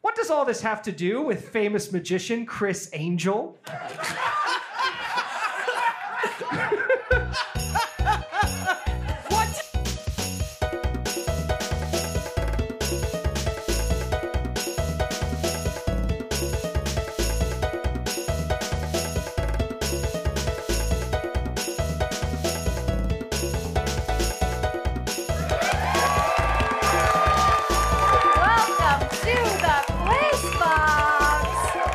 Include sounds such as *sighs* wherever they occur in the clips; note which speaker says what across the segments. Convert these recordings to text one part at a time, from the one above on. Speaker 1: what does all this have to do with famous magician Chris Angel?
Speaker 2: Welcome to the Quiz Box.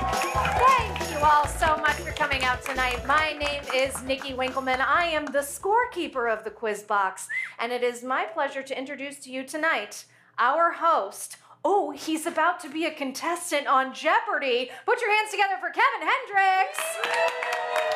Speaker 2: Thank you all so much for coming out tonight. My name is Nikki Winkleman. I am the scorekeeper of the Quiz Box, and it is my pleasure to introduce to you tonight our host. Oh, he's about to be a contestant on Jeopardy. Put your hands together for Kevin Hendricks.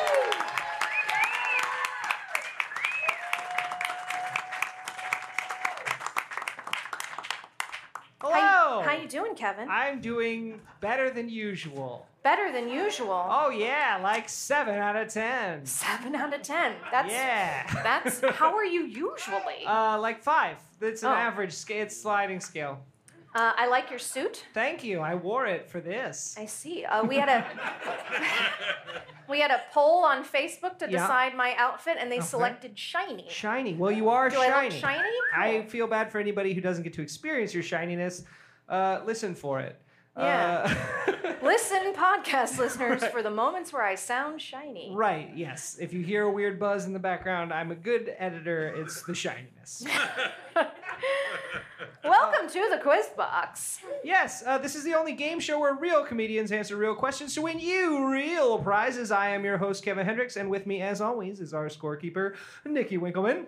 Speaker 2: How,
Speaker 1: Hello.
Speaker 2: you- how you doing, Kevin?
Speaker 1: I'm doing better than usual.
Speaker 2: Better than usual.
Speaker 1: Oh yeah, like seven out of ten.
Speaker 2: Seven out of ten. That's
Speaker 1: yeah. *laughs*
Speaker 2: That's how are you usually? Uh,
Speaker 1: Uh, like five. It's an
Speaker 2: Oh.
Speaker 1: average scale. It's sliding scale.
Speaker 2: Uh, I like your suit.
Speaker 1: Thank you. I wore it for this.
Speaker 2: I see. Uh, we had a we had a poll on Facebook to
Speaker 1: Yeah.
Speaker 2: decide my outfit, and they
Speaker 1: Okay.
Speaker 2: selected shiny.
Speaker 1: Shiny. Well, you are
Speaker 2: Do
Speaker 1: shiny.
Speaker 2: I look shiny?
Speaker 1: I feel bad for anybody who doesn't get to experience your shininess. Uh, listen for it. Uh, *laughs*
Speaker 2: Listen, podcast listeners,
Speaker 1: Right.
Speaker 2: for the moments where I sound shiny.
Speaker 1: right. Yes. If you hear a weird buzz in the background, I'm a good editor. It's the *laughs* shininess.
Speaker 2: Welcome to the quiz box.
Speaker 1: Yes, uh, this is the only game show where real comedians answer real questions to win you real prizes. I am your host, Kevin Hendricks, and with me, as always, is our scorekeeper, Nikki Winkleman.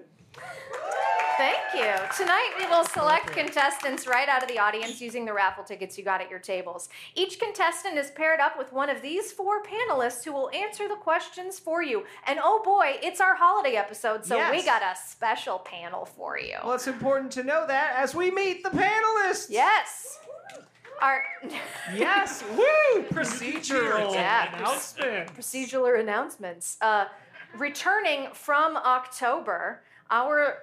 Speaker 2: Thank you. Tonight we will select contestants right out of the audience using the raffle tickets you got at your tables. Each contestant is paired up with one of these four panelists who will answer the questions for you. And oh boy, it's our holiday episode, so we
Speaker 1: Yes.
Speaker 2: got a special panel for you.
Speaker 1: Well, it's important to know that as we meet the panelists.
Speaker 2: Yes. Our *laughs*
Speaker 1: Yes. Woo! Procedural
Speaker 2: Yeah.
Speaker 1: announcement.
Speaker 2: procedural announcements. Uh, returning from October, our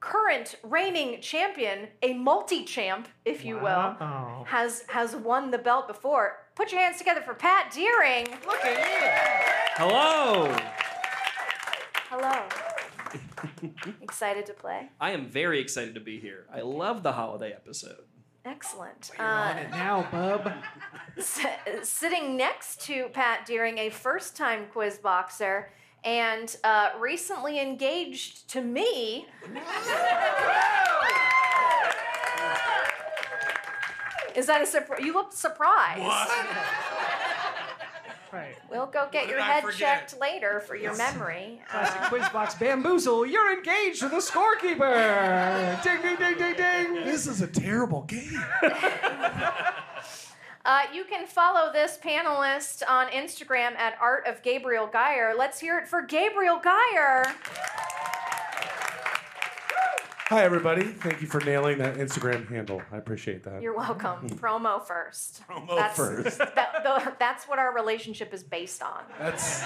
Speaker 2: current reigning champion, a multi-champ, if you will.
Speaker 1: Wow.
Speaker 2: has has won the belt before. Put your hands together for Pat Deering.
Speaker 1: Look at
Speaker 3: Hello!
Speaker 1: *laughs*
Speaker 2: Hello. Excited to play.
Speaker 3: I am very excited to be here. I love the holiday episode.
Speaker 2: Excellent.
Speaker 1: you. On
Speaker 2: Uh,
Speaker 1: it now, bub.
Speaker 2: s- sitting next to Pat Deering, a first-time quiz boxer, and uh, recently engaged to me, is that a surprise? You look surprised.
Speaker 1: Right.
Speaker 2: We'll go get your
Speaker 4: did I
Speaker 2: head
Speaker 4: forget?
Speaker 2: checked later for your memory.
Speaker 1: Classic
Speaker 2: Uh,
Speaker 1: quiz box bamboozle. You're engaged to the scorekeeper. Ding, ding, ding, ding, ding.
Speaker 4: This is a terrible game.
Speaker 2: Uh, you can follow this panelist on Instagram at Art of Gabriel Geyer. Let's hear it for Gabriel Geyer.
Speaker 4: Hi, everybody. Thank you for nailing that Instagram handle. I appreciate that.
Speaker 2: You're welcome. Promo first.
Speaker 4: Promo
Speaker 2: *laughs*
Speaker 4: first.
Speaker 2: that- the- that's what our relationship is based on.
Speaker 4: That's.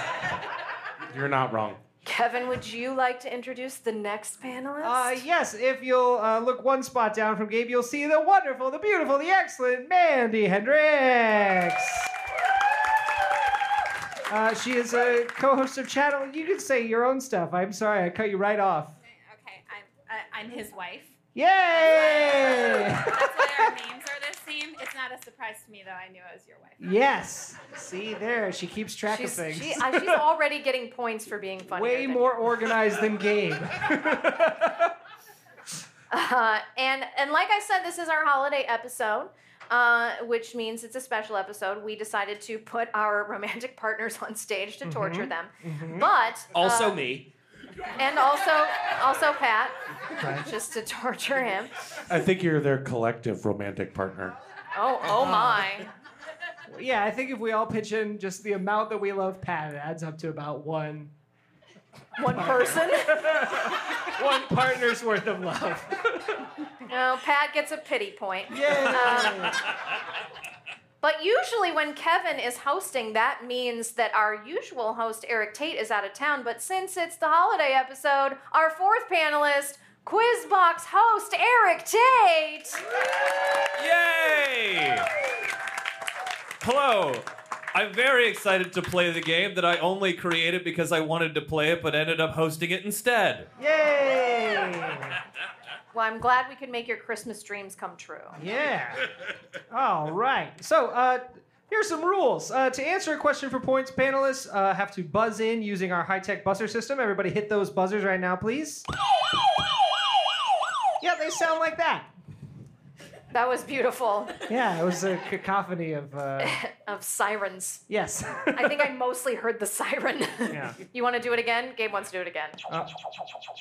Speaker 4: You're not wrong.
Speaker 2: Kevin, would you like to introduce the next panelist?
Speaker 1: Uh, yes, if you'll uh, look one spot down from Gabe, you'll see the wonderful, the beautiful, the excellent Mandy Hendricks. Uh, she is a co-host of Channel. You can say your own stuff. I'm sorry, I cut you right off.
Speaker 5: Okay, I'm I, I'm his wife.
Speaker 1: Yay! *laughs*
Speaker 5: That's why our names are the same. It's not a surprise to me though. I knew I was your wife.
Speaker 1: yes. See there, she keeps track
Speaker 2: she's,
Speaker 1: of things.
Speaker 2: she-
Speaker 1: *laughs*
Speaker 2: uh, she's already getting points for being funny.
Speaker 1: Way more organized than Gabe.
Speaker 2: *laughs* Uh, and and like I said, this is our holiday episode, uh, which means it's a special episode. We decided to put our romantic partners on stage
Speaker 1: Mm-hmm.
Speaker 2: to torture them, but uh,
Speaker 3: Also, me.
Speaker 2: and also also Pat, just to torture him.
Speaker 4: I think you're their collective romantic partner.
Speaker 2: Oh
Speaker 1: Uh-huh.
Speaker 2: oh my!
Speaker 1: yeah, I think if we all pitch in just the amount that we love Pat, it adds up to about one
Speaker 2: One person.
Speaker 1: *laughs* one partner's worth of love.
Speaker 2: No, Oh, Pat gets a pity point.
Speaker 1: Yay!
Speaker 2: But usually, when Kevin is hosting, that means that our usual host, Eric Tate, is out of town. But since it's the holiday episode, our fourth panelist, Quizbox host Eric Tate.
Speaker 3: Yay!
Speaker 6: Hello. I'm very excited to play the game that I only created because I wanted to play it, but ended up hosting it instead.
Speaker 1: Yay!
Speaker 2: Well, I'm glad we could make your Christmas dreams come true.
Speaker 1: Yeah. All right. So, uh, here's some rules. Uh, to answer a question for points, panelists uh, have to buzz in using our high tech buzzer system. Everybody hit those buzzers right now, please. Yeah, they sound like that.
Speaker 2: That was beautiful. *laughs*
Speaker 1: Yeah, it was a cacophony of, uh,
Speaker 2: of sirens.
Speaker 1: yes.
Speaker 2: I think I
Speaker 1: *laughs*
Speaker 2: mostly heard the siren.
Speaker 1: Yeah.
Speaker 2: *laughs* you want to do it again? Gabe wants to do it again.
Speaker 1: Uh,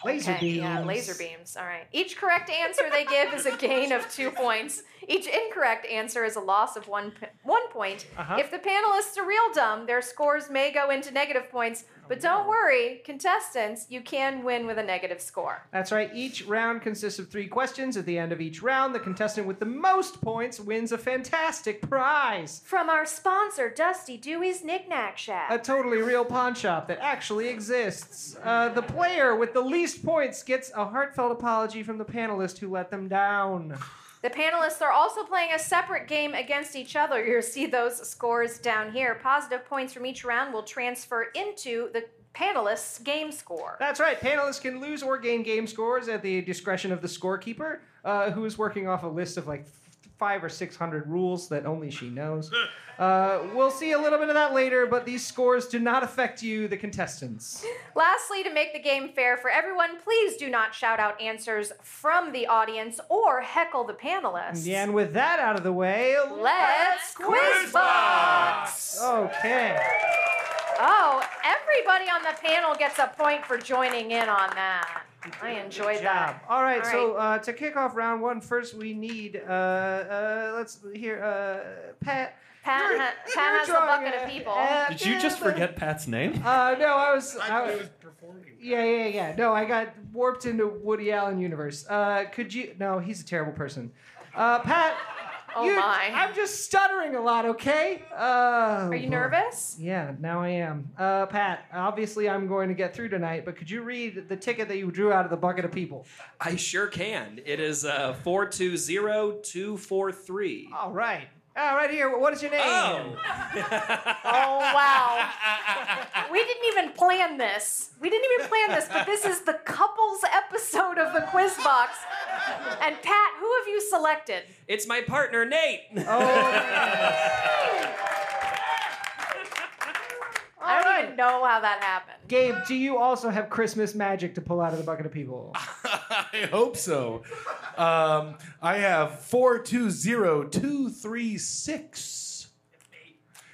Speaker 1: laser
Speaker 2: Okay,
Speaker 1: beams.
Speaker 2: Yeah, laser beams. All right. Each correct answer they give is a gain of two points. Each incorrect answer is a loss of one p- one point.
Speaker 1: Uh-huh.
Speaker 2: If the panelists are real dumb, their scores may go into negative points.
Speaker 1: Oh,
Speaker 2: But don't worry, contestants, you can win with a negative score.
Speaker 1: That's right. Each round consists of three questions. At the end of each round, the contestant with the most points wins a fantastic prize.
Speaker 2: From our sponsor, Dusty Dewey's Knickknack Shack.
Speaker 1: a totally real pawn shop that actually exists. Uh, the player with the least points gets a heartfelt apology from the panelist who let them down.
Speaker 2: The panelists are also playing a separate game against each other. You'll see those scores down here. Positive points from each round will transfer into the panelists' game score.
Speaker 1: That's right, panelists can lose or gain game scores at the discretion of the scorekeeper, uh, who is working off a list of like f- five or six hundred rules that only she knows. Uh, we'll see a little bit of that later, but these scores do not affect you, the contestants.
Speaker 2: Lastly, to make the game fair for everyone, please do not shout out answers from the audience or heckle the panelists.
Speaker 1: Yeah, and with that out of the way,
Speaker 2: Let's quiz box.
Speaker 1: Okay.
Speaker 2: Oh, everybody on the panel gets a point for joining in on that. I enjoyed
Speaker 1: job.
Speaker 2: that.
Speaker 1: All right,
Speaker 2: All
Speaker 1: so uh, to kick off round one, first we need uh, uh, let's hear uh, Pat.
Speaker 2: Pat,
Speaker 1: You're-
Speaker 2: ha-
Speaker 1: you're
Speaker 2: Pat has a
Speaker 1: drawing
Speaker 2: bucket
Speaker 1: a-
Speaker 2: of people.
Speaker 1: a-
Speaker 6: Did you just forget Pat's name?
Speaker 1: Uh, no, I was.
Speaker 7: I thought
Speaker 1: I,
Speaker 7: it was performing.
Speaker 1: yeah, yeah, yeah. No, I got warped into Woody Allen universe. Uh, could you? No, he's a terrible person. Uh, Pat.
Speaker 2: Oh
Speaker 1: you-
Speaker 2: my.
Speaker 1: I'm just stuttering a lot. Okay. Uh,
Speaker 2: Are you nervous?
Speaker 1: Yeah, now I am. Uh, Pat, obviously I'm going to get through tonight, but could you read the ticket that you drew out of the bucket of people?
Speaker 3: I sure can. It is uh, 420243.
Speaker 1: All right. All Uh, right, here. What is your name?
Speaker 3: Oh!
Speaker 2: Oh
Speaker 1: *laughs*
Speaker 4: *laughs*
Speaker 2: wow. we didn't even plan this. We didn't even plan this, but this is the couples episode of the quiz box. And Pat, who have you selected?
Speaker 3: It's my partner, Nate!
Speaker 1: Oh,
Speaker 2: I don't even know how that happened.
Speaker 1: Gabe, do you also have Christmas magic to pull out of the bucket of people?
Speaker 4: *laughs* Ah, I hope so. Um, I have four two zero two three six.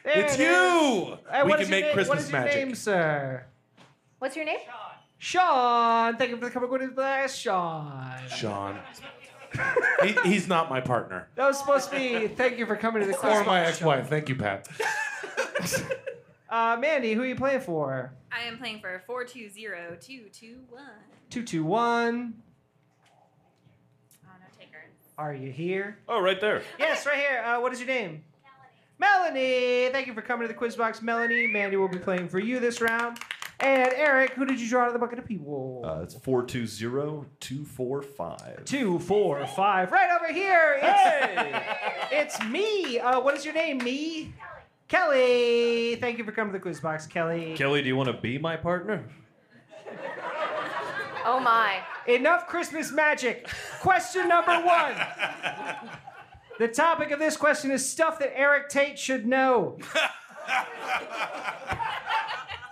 Speaker 1: There
Speaker 4: It's
Speaker 1: it is.
Speaker 4: you.
Speaker 1: Hey,
Speaker 4: we
Speaker 1: what
Speaker 4: can
Speaker 1: is your
Speaker 4: make
Speaker 1: name-
Speaker 4: Christmas
Speaker 1: What is your
Speaker 4: magic.
Speaker 1: name, sir?
Speaker 2: What's your name?
Speaker 1: Sean. Thank you for the couple good advice, Sean.
Speaker 4: Sean. he, he's not my partner.
Speaker 1: That was supposed to be. Thank you for coming to the
Speaker 4: Or
Speaker 1: class.
Speaker 4: my ex-wife. Thank you, Pat.
Speaker 1: Uh, Mandy, who are you playing for?
Speaker 5: I am playing for 420221.
Speaker 1: Two, two, one.
Speaker 5: Oh, no takers.
Speaker 1: Are you here?
Speaker 6: *laughs* Oh, right there.
Speaker 1: Yes, right here. Uh, what is your name? Melanie. Melanie. Thank you for coming to the quiz box, Melanie. Mandy will be playing for you this round. And Eric, who did you draw out of the bucket of people?
Speaker 8: Uh, it's 420245.
Speaker 1: Two, four, five. Right over here. It's, it's me. Uh, what is your name? Me. Kelly. Thank you for coming to the quiz box, Kelly.
Speaker 6: Kelly, do you want to be my partner?
Speaker 2: Oh my.
Speaker 1: Enough Christmas magic. Question number one. The topic of this question is stuff that Eric Tate should know.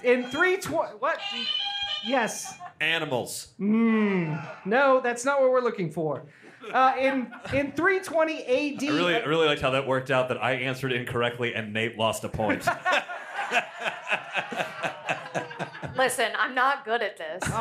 Speaker 1: In three twenty, what? Yes.
Speaker 6: Animals.
Speaker 1: No, that's not what we're looking for. Uh, in in 320 AD.
Speaker 6: I really, I really liked how that worked out that I answered incorrectly and Nate lost a point.
Speaker 2: Listen, I'm not good at this.
Speaker 1: Oh.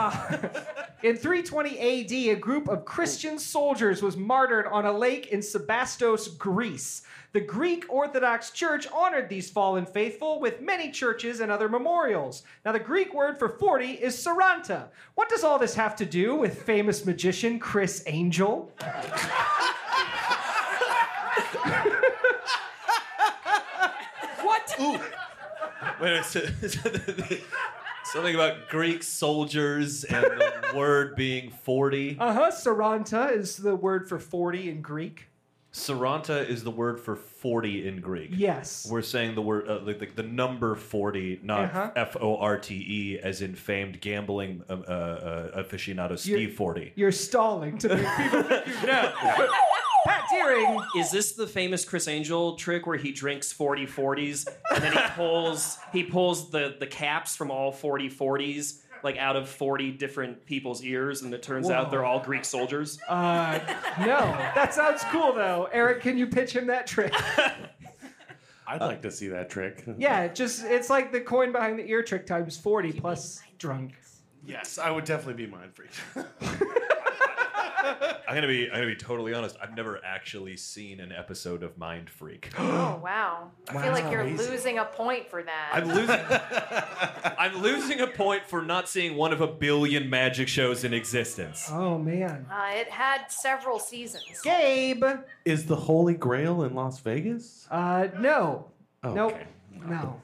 Speaker 1: Uh, *laughs* In 320 AD, a group of Christian soldiers was martyred on a lake in Sebastos, Greece. The Greek Orthodox Church honored these fallen faithful with many churches and other memorials. Now, the Greek word for 40 is saranta. What does all this have to do with famous magician Chris Angel?
Speaker 6: *laughs* Wait a minute. So, *laughs* something about Greek soldiers and *laughs* the word being 40.
Speaker 1: Uh-huh, Uh huh, saranta is the word for 40 in Greek.
Speaker 6: Saranta is the word for 40 in Greek.
Speaker 1: Yes.
Speaker 6: We're saying the word, uh, like the, the number 40,
Speaker 1: Uh-huh.
Speaker 6: not F O R T E, as in famed gambling um, uh, uh, aficionado Steve 40.
Speaker 1: You're stalling to make people think you know. Pat Deering.
Speaker 7: Is this the famous Chris Angel trick where he drinks 40 40s and then he pulls he pulls the the caps from all 40 40s like out of 40 different people's ears and it turns
Speaker 1: Whoa.
Speaker 7: out they're all Greek soldiers?
Speaker 1: Uh, no, *laughs* that sounds cool though. Eric, can you pitch him that trick?
Speaker 4: I'd
Speaker 6: Uh,
Speaker 4: like to see that trick.
Speaker 1: *laughs* Yeah, it just it's like the coin behind the ear trick times forty plus drunk.
Speaker 4: Yes, I would definitely be mind freaked. *laughs*
Speaker 6: I'm gonna be, I'm gonna be totally honest. I've never actually seen an episode of Mind Freak. *gasps*
Speaker 2: Oh wow! I feel like
Speaker 4: Wow.
Speaker 2: you're losing a point for that.
Speaker 7: *laughs*
Speaker 6: I'm losing. I'm losing a point for not seeing one of a billion magic shows in existence.
Speaker 1: Oh man.
Speaker 2: uh, it had several seasons.
Speaker 1: Gabe.
Speaker 4: Is the Holy Grail in Las Vegas?
Speaker 1: Uh, no.
Speaker 4: Oh,
Speaker 1: Nope. No.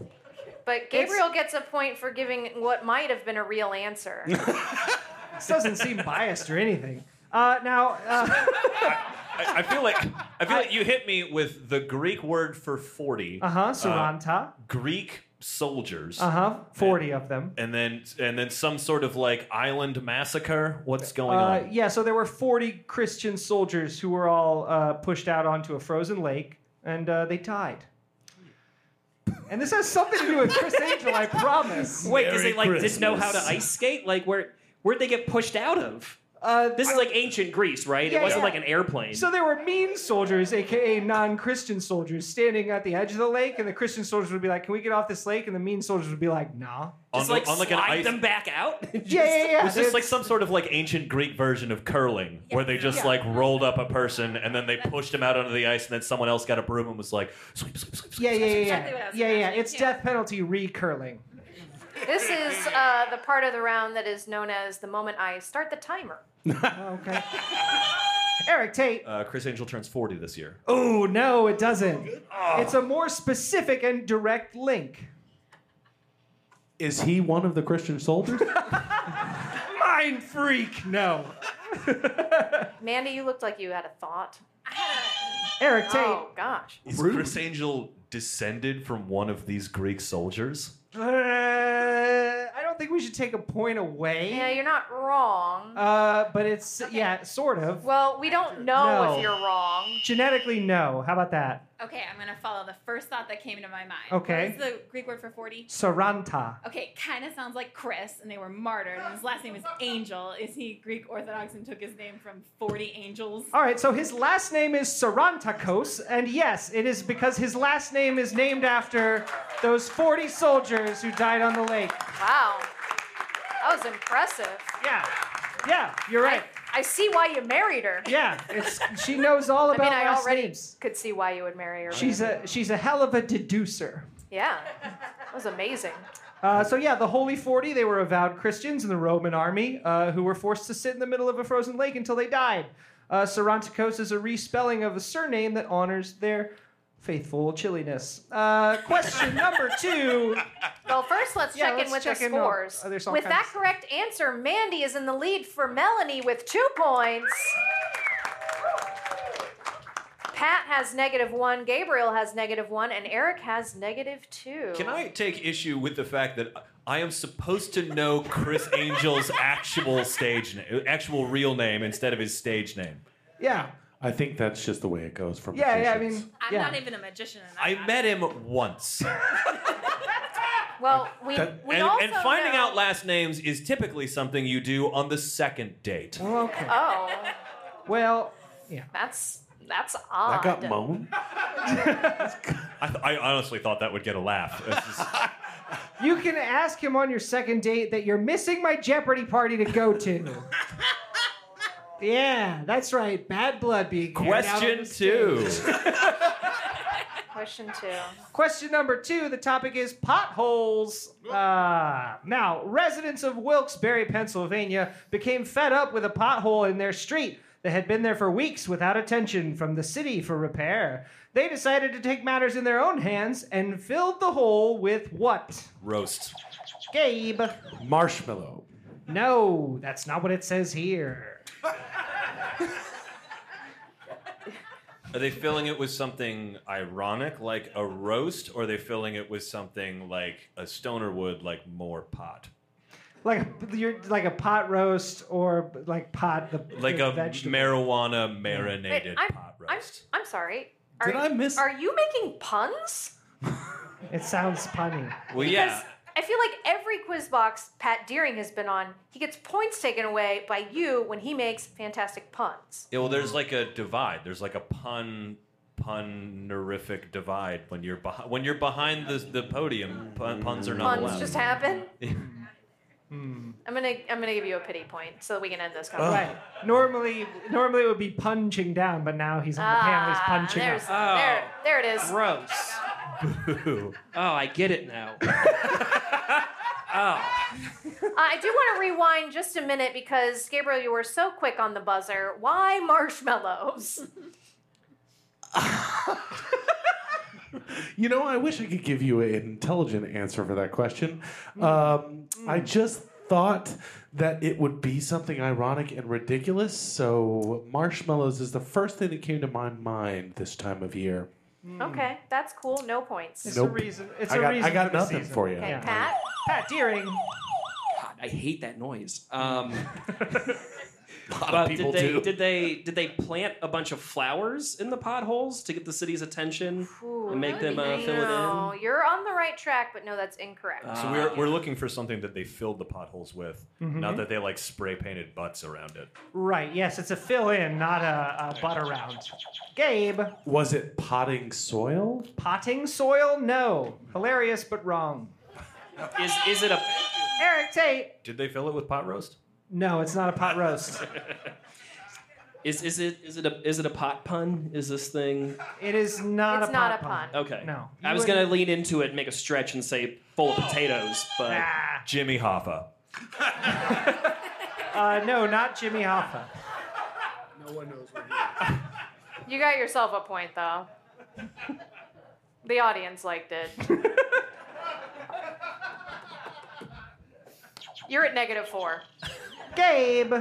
Speaker 2: But Gabriel gets a point for giving what might have been a real answer.
Speaker 1: This doesn't seem biased or anything. Uh, now, uh, *laughs*
Speaker 6: I, I feel like I feel like you hit me with the Greek word for 40
Speaker 1: uh-huh, Saranta.
Speaker 6: Greek soldiers,
Speaker 1: Uh-huh, 40 of them.
Speaker 6: and then and then some sort of like island massacre. What's going
Speaker 1: Uh,
Speaker 6: on?
Speaker 1: yeah, so there were 40 Christian soldiers who were all uh, pushed out onto a frozen lake, and uh, they died. And this has something to do with Chris Angel, I promise.
Speaker 7: Wait, because they like
Speaker 4: Merry
Speaker 7: didn't know how to
Speaker 4: Christmas.
Speaker 7: ice skate? Like where where'd they get pushed out of?
Speaker 1: Uh,
Speaker 7: This is like ancient Greece, right?
Speaker 1: Yeah,
Speaker 7: it wasn't
Speaker 1: yeah.
Speaker 7: like an airplane.
Speaker 1: So there were mean soldiers, aka non-Christian soldiers, standing at the edge of the lake, and the Christian soldiers would be like, "Can we get off this lake?" And the mean soldiers would be like, "Nah."
Speaker 6: on,
Speaker 7: just like,
Speaker 6: on like an
Speaker 7: slide
Speaker 6: ice.
Speaker 7: them back
Speaker 1: *laughs*
Speaker 7: out.
Speaker 1: Yeah, yeah, yeah.
Speaker 6: was this like
Speaker 1: It's-
Speaker 6: some sort of like ancient Greek version of curling, where they just
Speaker 1: Yeah.
Speaker 6: like rolled up a person and then they pushed him out onto the ice, and then someone else got a broom and was like, sweep, sweep, sweep, sweep.
Speaker 1: yeah, yeah, yeah,
Speaker 5: exactly what I
Speaker 1: yeah,
Speaker 5: was
Speaker 1: yeah, yeah.
Speaker 5: imagining,
Speaker 1: It's
Speaker 5: too.
Speaker 1: death penalty recurling.
Speaker 2: this is uh, the part of the round that is known as the moment I start the timer.
Speaker 1: Oh, okay. *laughs* Eric Tate.
Speaker 6: Uh, Chris Angel turns 40 this year.
Speaker 1: Oh no, it doesn't. It's a more specific and direct link.
Speaker 4: Is he one of the Christian *laughs* soldiers?
Speaker 1: Mind freak. No.
Speaker 2: Mandy, you looked like you had a thought.
Speaker 5: I had
Speaker 1: *laughs* Eric Tate.
Speaker 2: Oh gosh.
Speaker 6: Is Chris Angel descended from one of these Greek soldiers?
Speaker 1: Uh, I don't think we should take a point away.
Speaker 2: Yeah, you're not wrong.
Speaker 1: Uh, but it's yeah, sort of.
Speaker 2: well, we don't know
Speaker 1: No.
Speaker 2: if you're wrong.
Speaker 1: Genetically, no. How about that?
Speaker 5: a- okay, I'm gonna follow the first thought that came into my mind.
Speaker 1: Okay.
Speaker 5: What is the Greek word for 40?
Speaker 1: Saranta.
Speaker 5: Okay, kind of sounds like Chris, and they were martyred, and his last name is Angel. Is he Greek Orthodox and took his name from 40 angels?
Speaker 1: All right, so his last name is Sarantakos, and yes, it is because his last name is named after those 40 soldiers who died on the lake.
Speaker 2: Wow. That was impressive.
Speaker 1: Yeah, yeah, you're right.
Speaker 2: I, I see why you married her.
Speaker 1: Yeah, it's, she knows all
Speaker 2: I
Speaker 1: about
Speaker 2: mean, I
Speaker 1: last
Speaker 2: already
Speaker 1: names.
Speaker 2: could see why you would marry her. but-
Speaker 1: She's a she's a hell of a deducer.
Speaker 2: yeah. That was amazing.
Speaker 1: Uh, so yeah, the Holy Forty, they were avowed Christians in the Roman army uh, who were forced to sit in the middle of a frozen lake until they died. Uh, Sarantikos is a respelling of a surname that honors their faithful chilliness. Uh, question number two.
Speaker 2: Well, first let's
Speaker 1: Yeah,
Speaker 2: check
Speaker 1: let's
Speaker 2: in with
Speaker 1: check
Speaker 2: the
Speaker 1: in on-
Speaker 2: scores.
Speaker 1: uh, there's all
Speaker 2: with
Speaker 1: kinds
Speaker 2: that
Speaker 1: of-
Speaker 2: correct answer, Mandy is in the lead for Melanie with two points. Pat has negative one, Gabriel has negative one, and Eric has negative two.
Speaker 6: Can I take issue with the fact that I am supposed to know Chris Angel's actual stage name, actual real name instead of his stage name?
Speaker 1: Yeah,
Speaker 4: I think that's just the way it goes from.
Speaker 1: yeah, yeah. I mean,
Speaker 5: I'm
Speaker 1: yeah.
Speaker 5: not even a magician. And
Speaker 6: I met him once.
Speaker 2: Well, we,
Speaker 4: That-
Speaker 2: we
Speaker 6: and,
Speaker 2: also
Speaker 6: and finding
Speaker 2: know-
Speaker 6: out last names is typically something you do on the second date.
Speaker 1: Well, okay.
Speaker 2: Oh,
Speaker 1: Well, yeah.
Speaker 2: that's that's odd.
Speaker 4: I got moan.
Speaker 6: I, th- I honestly thought that would get a laugh. This
Speaker 1: *laughs*
Speaker 6: is-
Speaker 1: You can ask him on your second date that you're missing my Jeopardy party to go to. yeah, that's right. Bad blood being carried out on
Speaker 6: Question
Speaker 1: the stage.
Speaker 6: two.
Speaker 2: Question two.
Speaker 1: Question number two. The topic is potholes. Uh, now, residents of Wilkes-Barre, Pennsylvania, became fed up with a pothole in their street that had been there for weeks without attention from the city for repair. They decided to take matters in their own hands and filled the hole with what?
Speaker 6: Roast.
Speaker 1: Gabe.
Speaker 4: Marshmallow.
Speaker 1: No, that's not what it says here.
Speaker 6: Are they filling it with something ironic, like a roast, or are they filling it with something like a stoner would, like more pot,
Speaker 1: Like a, you're like a pot roast or like pot the
Speaker 6: like
Speaker 1: the
Speaker 6: a
Speaker 1: vegetable.
Speaker 6: marijuana marinated
Speaker 2: Wait, I'm-
Speaker 6: pot
Speaker 2: I'm,
Speaker 6: roast?
Speaker 2: I'm sorry. Are,
Speaker 4: Did I miss-
Speaker 2: Are you making puns?
Speaker 1: It sounds punny.
Speaker 6: well, yeah.
Speaker 2: Because I feel like every quiz box Pat Deering has been on, he gets points taken away by you when he makes fantastic puns.
Speaker 6: Yeah, well, there's like a divide. There's like a pun punnerific divide when you're behind when you're behind the the podium. Pun, puns are not
Speaker 2: Puns
Speaker 6: allowed.
Speaker 2: just
Speaker 7: *laughs*
Speaker 2: happen.
Speaker 1: Hmm.
Speaker 2: I'm gonna I'm gonna give you a pity point so that we can end this conversation.
Speaker 1: Right. Normally, normally it would be punching down, but now he's on the panel. He's
Speaker 2: Ah,
Speaker 1: punching
Speaker 2: there's,
Speaker 1: up.
Speaker 7: Oh.
Speaker 2: there, there it is.
Speaker 7: Gross.
Speaker 6: Boo.
Speaker 7: Oh, I get
Speaker 1: *laughs*
Speaker 7: it now. Oh,
Speaker 2: Uh, I do want to rewind just a minute because Gabriel, you were so quick on the buzzer. Why marshmallows?
Speaker 4: You know, I wish I could give you an intelligent answer for that question. Um, I just thought that it would be something ironic and ridiculous, so marshmallows is the first thing that came to my mind this time of year.
Speaker 1: Hmm.
Speaker 2: Okay, that's cool. No points.
Speaker 1: It's
Speaker 4: Nope.
Speaker 1: a reason. It's
Speaker 4: I
Speaker 1: a
Speaker 4: got,
Speaker 1: reason.
Speaker 4: I got
Speaker 1: for the
Speaker 4: nothing
Speaker 1: season.
Speaker 4: for you.
Speaker 2: Okay,
Speaker 1: Yeah.
Speaker 2: Pat.
Speaker 1: Pat Deering. *laughs*
Speaker 7: God, I hate that noise.
Speaker 6: *laughs*
Speaker 7: Um,
Speaker 4: A lot
Speaker 7: but
Speaker 4: of people
Speaker 7: did they
Speaker 4: do.
Speaker 7: did they did they plant a bunch of flowers in the potholes to get the city's attention
Speaker 2: Ooh,
Speaker 7: and make
Speaker 5: that
Speaker 7: them
Speaker 5: would be
Speaker 7: uh,
Speaker 5: nice.
Speaker 7: fill it in?
Speaker 2: No, you're on the right track, but no, that's incorrect.
Speaker 7: Ah.
Speaker 6: So we're we're looking for something that they filled the potholes with, not that they like spray painted butts around it.
Speaker 1: Right. Yes, it's a fill-in, not a, a butt around. Gabe.
Speaker 4: Was it potting soil?
Speaker 1: Potting soil? No. Hilarious, but wrong.
Speaker 7: Is is it a
Speaker 1: Eric Tate.
Speaker 6: Did they fill it with pot roast?
Speaker 1: No, it's not a pot roast.
Speaker 7: is is it is it a is it a pot pun? Is this thing
Speaker 1: It is not
Speaker 2: It's
Speaker 1: a
Speaker 2: not
Speaker 1: pot
Speaker 2: a pun.
Speaker 7: okay?
Speaker 1: No.
Speaker 7: I
Speaker 1: You
Speaker 7: was
Speaker 1: wouldn't-
Speaker 7: gonna lean into it, make a stretch, and say full of potatoes, but
Speaker 1: Ah,
Speaker 6: Jimmy Hoffa.
Speaker 1: uh, no, not Jimmy Hoffa.
Speaker 2: You got yourself a point, though. the audience liked it. You're at negative four. *laughs*
Speaker 1: Gabe.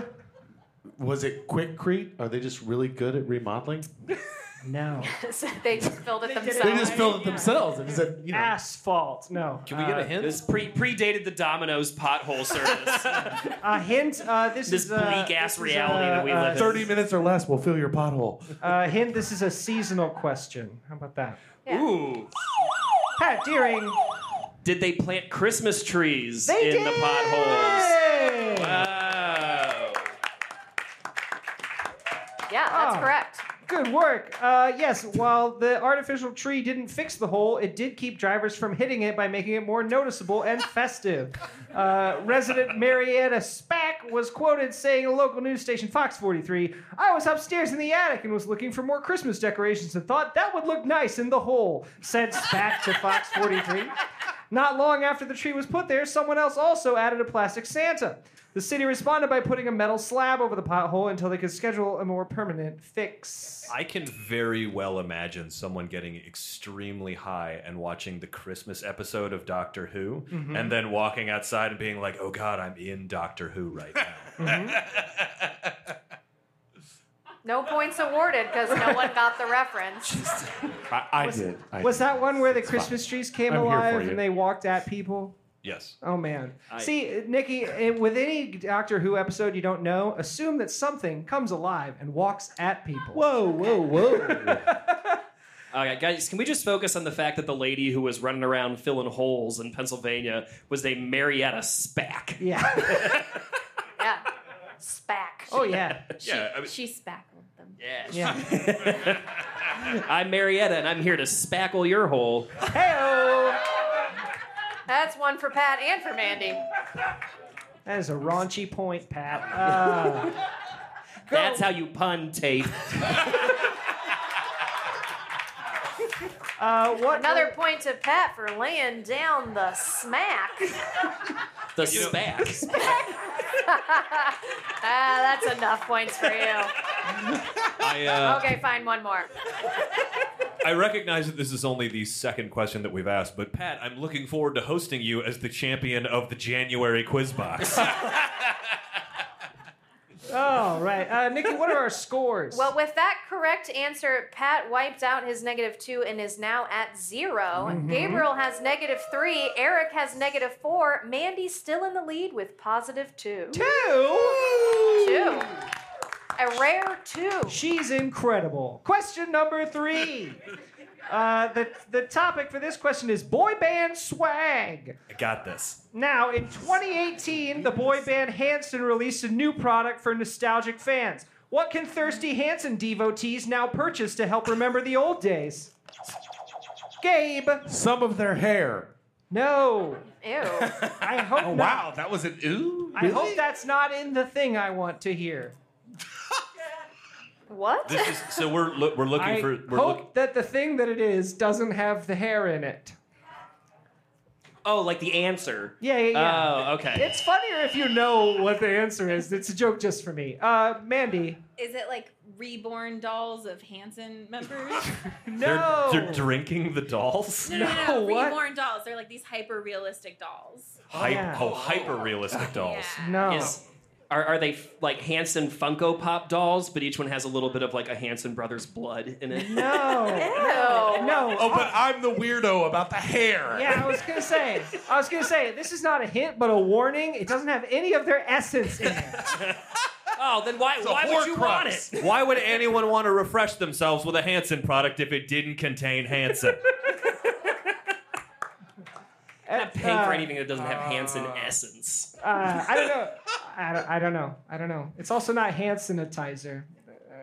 Speaker 4: Was it quickcrete? Are they just really good at remodeling?
Speaker 1: No.
Speaker 2: they just filled it themselves.
Speaker 4: They just filled it Ah, themselves. It said, you know.
Speaker 1: Asphalt. No.
Speaker 6: Can we get a
Speaker 7: uh,
Speaker 6: hint?
Speaker 7: This pre predated the Domino's
Speaker 1: *laughs*
Speaker 7: pothole service.
Speaker 1: A hint. Uh, this,
Speaker 7: This
Speaker 1: is uh,
Speaker 7: bleak-ass
Speaker 1: this is,
Speaker 7: reality
Speaker 1: uh,
Speaker 7: that we
Speaker 1: uh,
Speaker 7: live in.
Speaker 4: 30 minutes or less will fill your pothole.
Speaker 1: Uh, hint. This is a seasonal question. How about that?
Speaker 7: Ooh.
Speaker 1: Pat Deering.
Speaker 7: Did they plant Christmas trees
Speaker 1: They
Speaker 7: in
Speaker 1: did.
Speaker 7: the potholes?
Speaker 1: Hey!
Speaker 7: Wow.
Speaker 2: Yeah, that's
Speaker 1: Ah.
Speaker 2: correct.
Speaker 1: Good work. Uh, yes, while the artificial tree didn't fix the hole, it did keep drivers from hitting it by making it more noticeable and festive. Uh, resident Marietta Spack was quoted saying a local news station, Fox 43, I was upstairs in the attic and was looking for more Christmas decorations and thought that would look nice in the hole, said Spack to Fox 43. Not long after the tree was put there, someone else also added a plastic Santa. The city responded by putting a metal slab over the pothole until they could schedule a more permanent fix.
Speaker 6: I can very well imagine someone getting extremely high and watching the Christmas episode of Doctor Who, and then walking outside and being like, "Oh God, I'm in Doctor Who right now."
Speaker 2: No points awarded because no one got the reference.
Speaker 4: I, I did. I
Speaker 1: Was
Speaker 4: did.
Speaker 1: that one where the
Speaker 4: It's fine.
Speaker 1: Christmas trees came
Speaker 4: I'm here for
Speaker 1: alive
Speaker 4: you.
Speaker 1: and they walked at people?
Speaker 6: yes.
Speaker 1: Oh man. See, Nikki, eh, with any Doctor Who episode you don't know, assume that something comes alive and walks at people.
Speaker 4: Whoa, whoa, whoa. *laughs*
Speaker 7: Okay, guys, can we just focus on the fact that the lady who was running around filling holes in Pennsylvania was a Marietta Spack?
Speaker 1: *laughs* Yeah.
Speaker 2: Yeah. Spack.
Speaker 1: Oh yeah.
Speaker 6: yeah. I mean,
Speaker 5: She spackled them.
Speaker 4: *laughs*
Speaker 1: Yeah.
Speaker 7: *laughs* I'm Marietta, and I'm here to spackle your hole.
Speaker 1: Heyo.
Speaker 2: That's one for Pat and for Mandy.
Speaker 1: That is a raunchy point, Pat. Uh,
Speaker 7: That's how you pun tape.
Speaker 1: uh, what
Speaker 2: Another point to Pat for laying down the smack.
Speaker 7: The spack.
Speaker 2: Ah, that's enough points for you.
Speaker 6: I, uh,
Speaker 2: Okay, fine, one more.
Speaker 6: I recognize that this is only the second question that we've asked, but Pat, I'm looking forward to hosting you as the champion of the January quiz box.
Speaker 1: Oh, right. Uh, Nikki, what are our scores?
Speaker 2: Well, with that correct answer, Pat wiped out his negative two and is now at 0 Gabriel has negative three. Eric has negative four. Mandy's still in the lead with positive two.
Speaker 1: two.
Speaker 2: Two. A rare two.
Speaker 1: She's incredible. Question number three. Uh, the, the topic for this question is boy band swag.
Speaker 6: I got this.
Speaker 1: Now, in 2018, the boy band Hanson released a new product for nostalgic fans. What can thirsty Hanson devotees now purchase to help remember the old days? Gabe,
Speaker 4: Some of their hair.
Speaker 1: no.
Speaker 2: Ew.
Speaker 1: *laughs* I hope
Speaker 8: Oh,
Speaker 1: not.
Speaker 6: Oh,
Speaker 8: Wow, that was an ooh.
Speaker 1: I hope that's not in the thing I want to hear.
Speaker 2: What?
Speaker 6: This is so we're loo- we're looking
Speaker 1: I
Speaker 6: for
Speaker 1: hope
Speaker 6: we're looking.
Speaker 1: that the thing that it is doesn't have the hair in it.
Speaker 7: Oh, like the answer.
Speaker 1: Yeah, yeah, yeah.
Speaker 7: Oh, okay.
Speaker 1: it's funnier if you know what the answer is. It's a joke just for me. Uh, Mandy,
Speaker 5: Is it like reborn dolls of Hanson members?
Speaker 1: no.
Speaker 6: They're, they're drinking the dolls.
Speaker 5: No, no, no,
Speaker 1: No, *laughs*
Speaker 5: no,
Speaker 1: what?
Speaker 5: reborn dolls. They're like these hyper realistic dolls.
Speaker 6: Hype,
Speaker 1: yeah.
Speaker 6: Oh, hyper realistic dolls.
Speaker 5: Yeah.
Speaker 1: no.
Speaker 7: Is are, are they like Hanson Funko Pop dolls, but each one has a little bit of like a Hanson Brothers blood in it?
Speaker 1: no. *laughs*
Speaker 2: Ew.
Speaker 1: No.
Speaker 8: *laughs* Oh, but I'm the weirdo about the hair.
Speaker 1: Yeah, I was gonna say. I was gonna say this is not a hint, but a warning. It doesn't have any of their essence in *laughs* it.
Speaker 7: Oh, then why
Speaker 8: a
Speaker 7: why would you want it?
Speaker 8: Horcrux.
Speaker 6: Why would anyone want to refresh themselves with a Hanson product if it didn't contain Hanson?
Speaker 7: I'm not paying
Speaker 1: Uh,
Speaker 7: for anything that Ah. doesn't have Hanson essence.
Speaker 1: Uh, I don't know. I don't, I don't know. I don't know. It's also not hand sanitizer.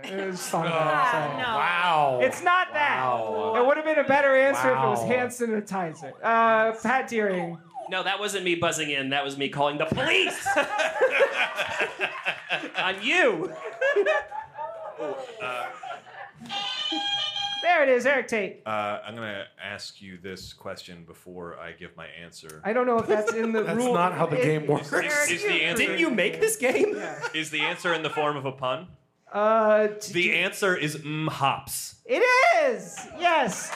Speaker 1: Uh, it was fun, so-
Speaker 5: no.
Speaker 8: Wow.
Speaker 1: It's not that.
Speaker 8: Wow.
Speaker 1: It would have been a better answer if it was
Speaker 8: Wow.
Speaker 1: hand sanitizer. Uh, Pat Deering.
Speaker 7: No, that wasn't me buzzing in. That was me calling the *laughs* police on you.
Speaker 4: uh,
Speaker 1: There it is, Eric Tate.
Speaker 6: Uh, I'm gonna ask you this question before I give my answer.
Speaker 1: I don't know if that's in the
Speaker 4: *laughs* That's
Speaker 1: rule.
Speaker 4: not how the
Speaker 1: It-
Speaker 4: game works.
Speaker 6: Is, is the answer
Speaker 7: Didn't you make this game?
Speaker 6: is the answer in the form of a pun?
Speaker 1: Uh, t-
Speaker 6: The answer is mm hops.
Speaker 1: it is. Yes.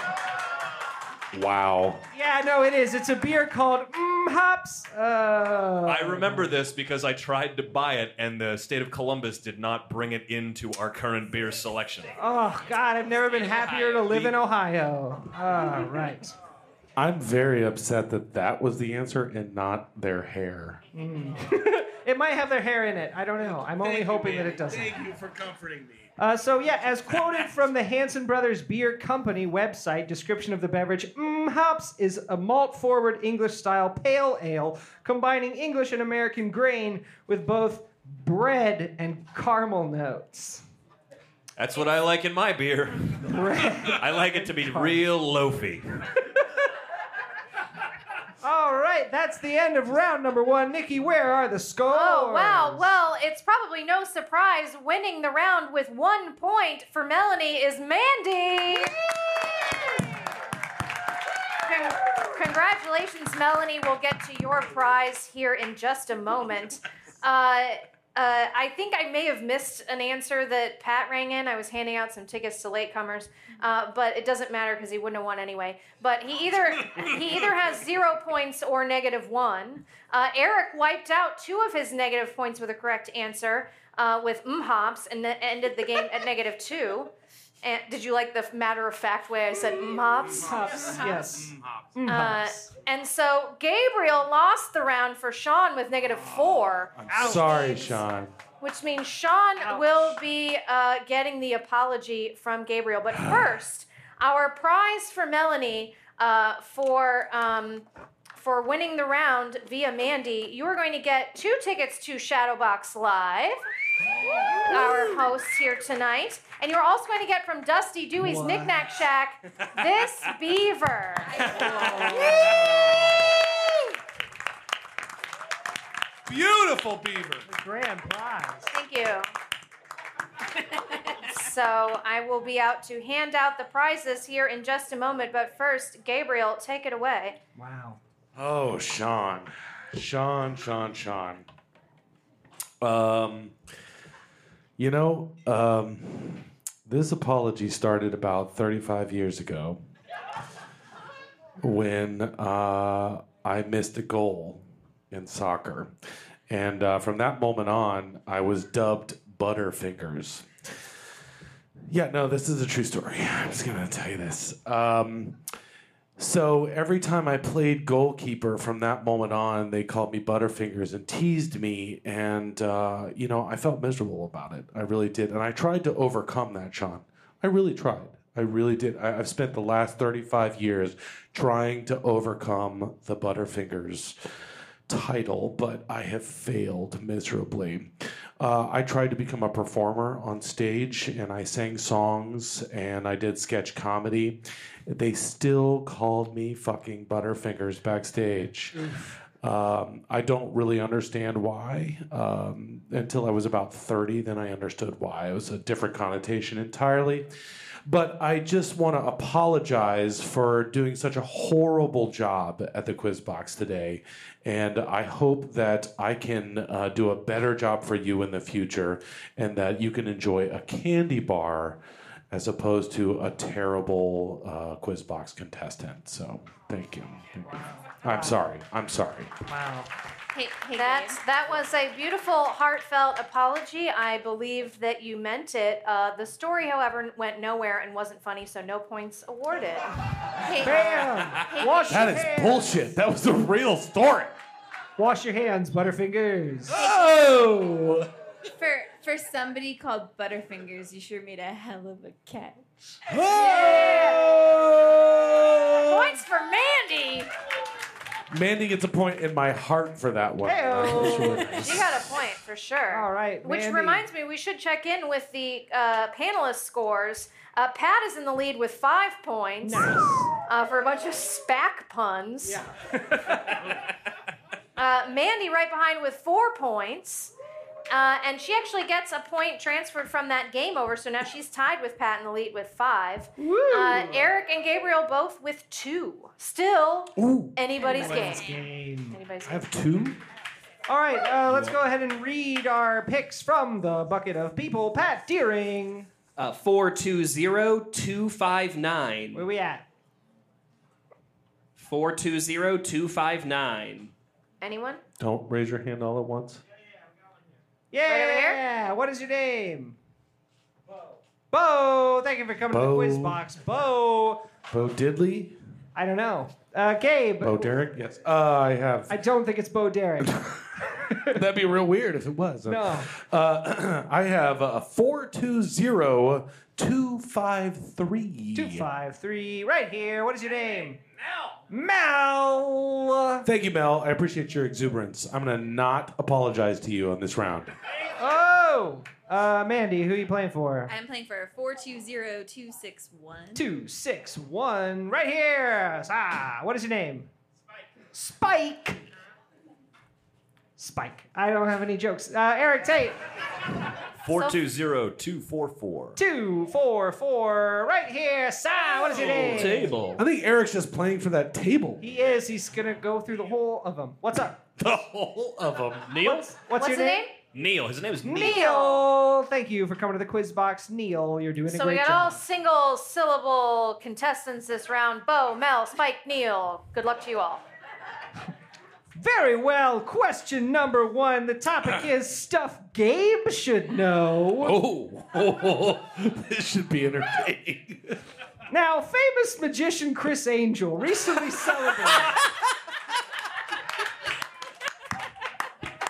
Speaker 4: Wow.
Speaker 1: Yeah. No, it is. It's a beer called mm, Hops. Uh,
Speaker 6: I remember this because I tried to buy it, and the state of Columbus did not bring it into our current beer selection.
Speaker 1: Oh God, I've never been happier to live in Ohio. All right.
Speaker 4: I'm very upset that that was the answer and not their hair.
Speaker 1: It might have their hair in it. I don't know. I'm only hoping that it doesn't.
Speaker 8: Thank you for comforting me.
Speaker 1: Uh, so yeah, as quoted from the Hanson Brothers Beer Company website, description of the beverage: mm, Hops is a malt-forward English-style pale ale, combining English and American grain with both bread and caramel notes.
Speaker 6: That's what I like in my beer.
Speaker 1: Bread.
Speaker 6: I like it to be real loafy.
Speaker 1: All right, that's the end of round number one. Nikki, where are the scores?
Speaker 2: Oh, wow. Well, it's probably no surprise winning the round with one point for Melanie is Mandy. Con- congratulations, Melanie. We'll get to your prize here in just a moment. Uh, uh, I think I may have missed an answer that Pat rang in. I was handing out some tickets to latecomers, uh, but it doesn't matter because he wouldn't have won anyway. But he either he either has zero points or negative one. Uh, Eric wiped out two of his negative points with a correct answer uh, with mm hops and then ended the game at negative two. And did you like the matter of fact way I said mm hops?
Speaker 1: Hops, yes. Mm,
Speaker 2: Uh,
Speaker 1: hops.
Speaker 2: and so Gabriel lost the round for Sean with negative four,
Speaker 4: Sorry, Sean.
Speaker 2: which means Sean will be uh, getting the apology from Gabriel. But first, our prize for Melanie uh, for um, for winning the round via Mandy, you are going to get two tickets to Shadowbox Live. Our host here tonight, and you're also going to get from Dusty Dewey's
Speaker 1: What?
Speaker 2: Knickknack Shack this beaver.
Speaker 1: Mm,
Speaker 2: Uh, *laughs*
Speaker 8: Beautiful beaver.
Speaker 1: grand prize.
Speaker 2: Thank you. so I will be out to hand out the prizes here in just a moment, but first, Gabriel, take it away.
Speaker 1: Wow.
Speaker 4: Oh, Sean. Sean, Sean, Sean. Um, you know, um, this apology started about 35 years ago when uh, I missed a goal in soccer. And uh, from that moment on, I was dubbed Butterfingers. Yeah, no, this is a true story. I'm just gonna tell you this. Um, so every time I played goalkeeper from that moment on, they called me Butterfingers and teased me, and uh, you know I felt miserable about it. I really did, and I tried to overcome that, Sean. I really tried. I really did. I, I've spent the last 35 years trying to overcome the Butterfingers title, but I have failed miserably. Uh, I tried to become a performer on stage and I sang songs and I did sketch comedy. They still called me fucking Butterfingers backstage. Um, I don't really understand why. Um, until I was about 30, then I understood why. It was a different connotation entirely. But I just want to apologize for doing such a horrible job at the quiz box today. And I hope that I can uh, do a better job for you in the future and that you can enjoy a candy bar as opposed to a terrible uh, quiz box contestant. So thank you. Thank you. I'm sorry. I'm sorry.
Speaker 1: Wow.
Speaker 5: Hey, hey,
Speaker 2: That's that was a beautiful, heartfelt apology. I believe that you meant it. Uh, the story, however, went nowhere and wasn't funny, so no points awarded.
Speaker 5: Gabe. Hey,
Speaker 1: Bam! Wash
Speaker 4: That
Speaker 1: your
Speaker 4: is
Speaker 1: hands.
Speaker 4: bullshit. That was the real story.
Speaker 1: Wash your hands, Butterfingers. *laughs*
Speaker 4: Oh!
Speaker 5: for for somebody called Butterfingers, you sure made a hell of a catch.
Speaker 2: Points for Mandy.
Speaker 4: Mandy gets a point in my heart for that one.
Speaker 1: Hey-oh.
Speaker 2: She got a point for sure.
Speaker 1: All right,
Speaker 2: Which
Speaker 1: Mandy.
Speaker 2: reminds me, we should check in with the uh, panelist scores. Uh, Pat is in the lead with five points uh, for a bunch of spac puns. Yeah.
Speaker 7: *laughs*
Speaker 2: uh, Mandy right behind with four points. Uh, and she actually gets a point transferred from that game over, so now she's tied with Pat in the lead with five. Uh, Eric and Gabriel both with two. Still,
Speaker 4: Ooh.
Speaker 2: anybody's, game.
Speaker 1: Game.
Speaker 2: Anybody's
Speaker 4: I
Speaker 2: game.
Speaker 4: have two?
Speaker 1: All right, uh, let's go ahead and read our picks from the bucket of people. Pat Deering,
Speaker 7: Uh, 420-259.
Speaker 1: where we at?
Speaker 7: 420-259.
Speaker 2: Anyone?
Speaker 4: Don't raise your hand all at once.
Speaker 2: over here?
Speaker 1: Yeah. What is your name? Bo. Bo. Thank you for coming to the
Speaker 4: Bo.
Speaker 1: quiz box, Bo.
Speaker 4: Bo Diddley?
Speaker 1: I don't know. Uh, Gabe.
Speaker 4: Bo Derek? Yes. Uh, I have.
Speaker 1: I don't think it's Bo Derek.
Speaker 4: *laughs* That'd be real weird if it was.
Speaker 1: No.
Speaker 4: Uh, *clears throat* I have uh, 420-253.
Speaker 1: Two five three. Right here. What is your name? Mal. Mal.
Speaker 4: Thank you, Mel. I appreciate your exuberance. I'm going to not apologize to you on this round.
Speaker 1: Oh. Uh, Mandy, who are you playing for?
Speaker 5: I'm playing for four two zero two six one.
Speaker 1: Two six one. Right here. Ah. What is your name? Spike. Spike. Spike. I don't have any jokes. Uh, Eric Tate.
Speaker 6: 420244.
Speaker 1: two, four, four, right here. Sai, what is your name?
Speaker 7: Table.
Speaker 4: I think Eric's just playing for that table.
Speaker 1: He is. He's gonna go through the whole of them. What's up?
Speaker 4: The whole of them.
Speaker 6: Neil?
Speaker 1: What's, your
Speaker 2: the name?
Speaker 6: Neil. His name is Neil.
Speaker 1: Neil. Thank you for coming to the quiz box, Neil. You're doing a
Speaker 2: So we
Speaker 1: great
Speaker 2: got all
Speaker 1: job.
Speaker 2: single syllable contestants this round. Bo, Mel, Spike, Neil. Good luck to you all.
Speaker 1: Very well. Question number one. The topic is stuff Gabe should
Speaker 6: *clears throat*
Speaker 1: know.
Speaker 4: Oh,
Speaker 6: *laughs*
Speaker 4: this should be entertaining.
Speaker 1: Now, famous magician Chris Angel recently celebrated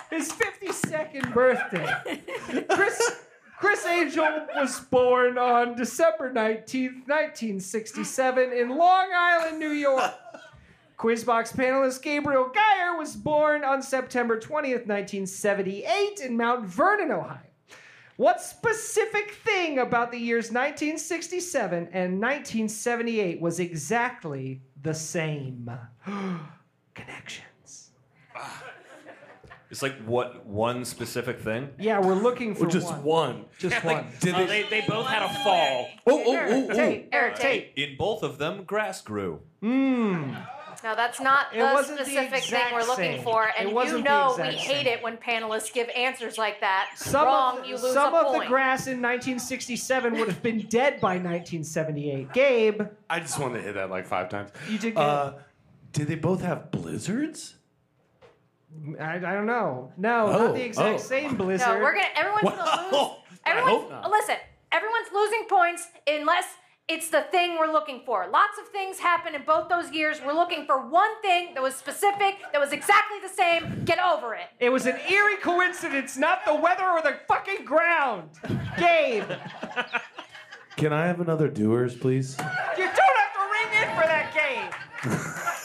Speaker 1: his 52nd birthday. Chris, Chris Angel was born on December 19th, 1967, in Long Island, New York. Quizbox panelist Gabriel Geyer was born on September 20th, 1978, in Mount Vernon, Ohio. What specific thing about the years 1967 and 1978 was exactly the same? *gasps* Connections.
Speaker 6: It's like what one specific thing?
Speaker 1: Yeah, we're looking for
Speaker 4: Just
Speaker 1: one.
Speaker 4: one.
Speaker 2: *laughs*
Speaker 1: Just one.
Speaker 4: Did
Speaker 7: Oh,
Speaker 4: it,
Speaker 7: they, they both had a fall.
Speaker 4: oh, oh, oh,
Speaker 1: Eric
Speaker 4: oh.
Speaker 1: Tate. Eric Tate.
Speaker 6: In both of them, grass grew.
Speaker 1: Mm.
Speaker 2: Now that's not
Speaker 1: It
Speaker 2: the
Speaker 1: wasn't the
Speaker 2: specific thing
Speaker 1: exact
Speaker 2: we're looking
Speaker 1: same.
Speaker 2: for,
Speaker 1: It
Speaker 2: and you
Speaker 1: wasn't the
Speaker 2: know we
Speaker 1: exact
Speaker 2: hate
Speaker 1: same.
Speaker 2: it when panelists give answers like that.
Speaker 1: Some
Speaker 2: Wrong,
Speaker 1: of,
Speaker 2: you lose
Speaker 1: some
Speaker 2: a
Speaker 1: of
Speaker 2: point.
Speaker 1: the grass in 1967 would have been dead by 1978. Gabe,
Speaker 4: I just wanted to hit that like five times.
Speaker 1: You did good.
Speaker 4: Uh, did they both have blizzards?
Speaker 1: I, I don't know. No,
Speaker 4: Oh,
Speaker 1: not the exact
Speaker 4: oh.
Speaker 1: same
Speaker 2: no,
Speaker 1: blizzard.
Speaker 4: *laughs*
Speaker 2: we're gonna. Everyone's gonna lose. Everyone's,
Speaker 7: hope not.
Speaker 2: Listen, everyone's losing points unless it's the thing we're looking for. Lots of things happened in both those years. We're looking for one thing that was specific, that was exactly the same. Get over it.
Speaker 1: It was an eerie coincidence, not the weather or the fucking ground. Gabe,
Speaker 4: Can I have another doers, please?
Speaker 1: you don't have to ring in for that game.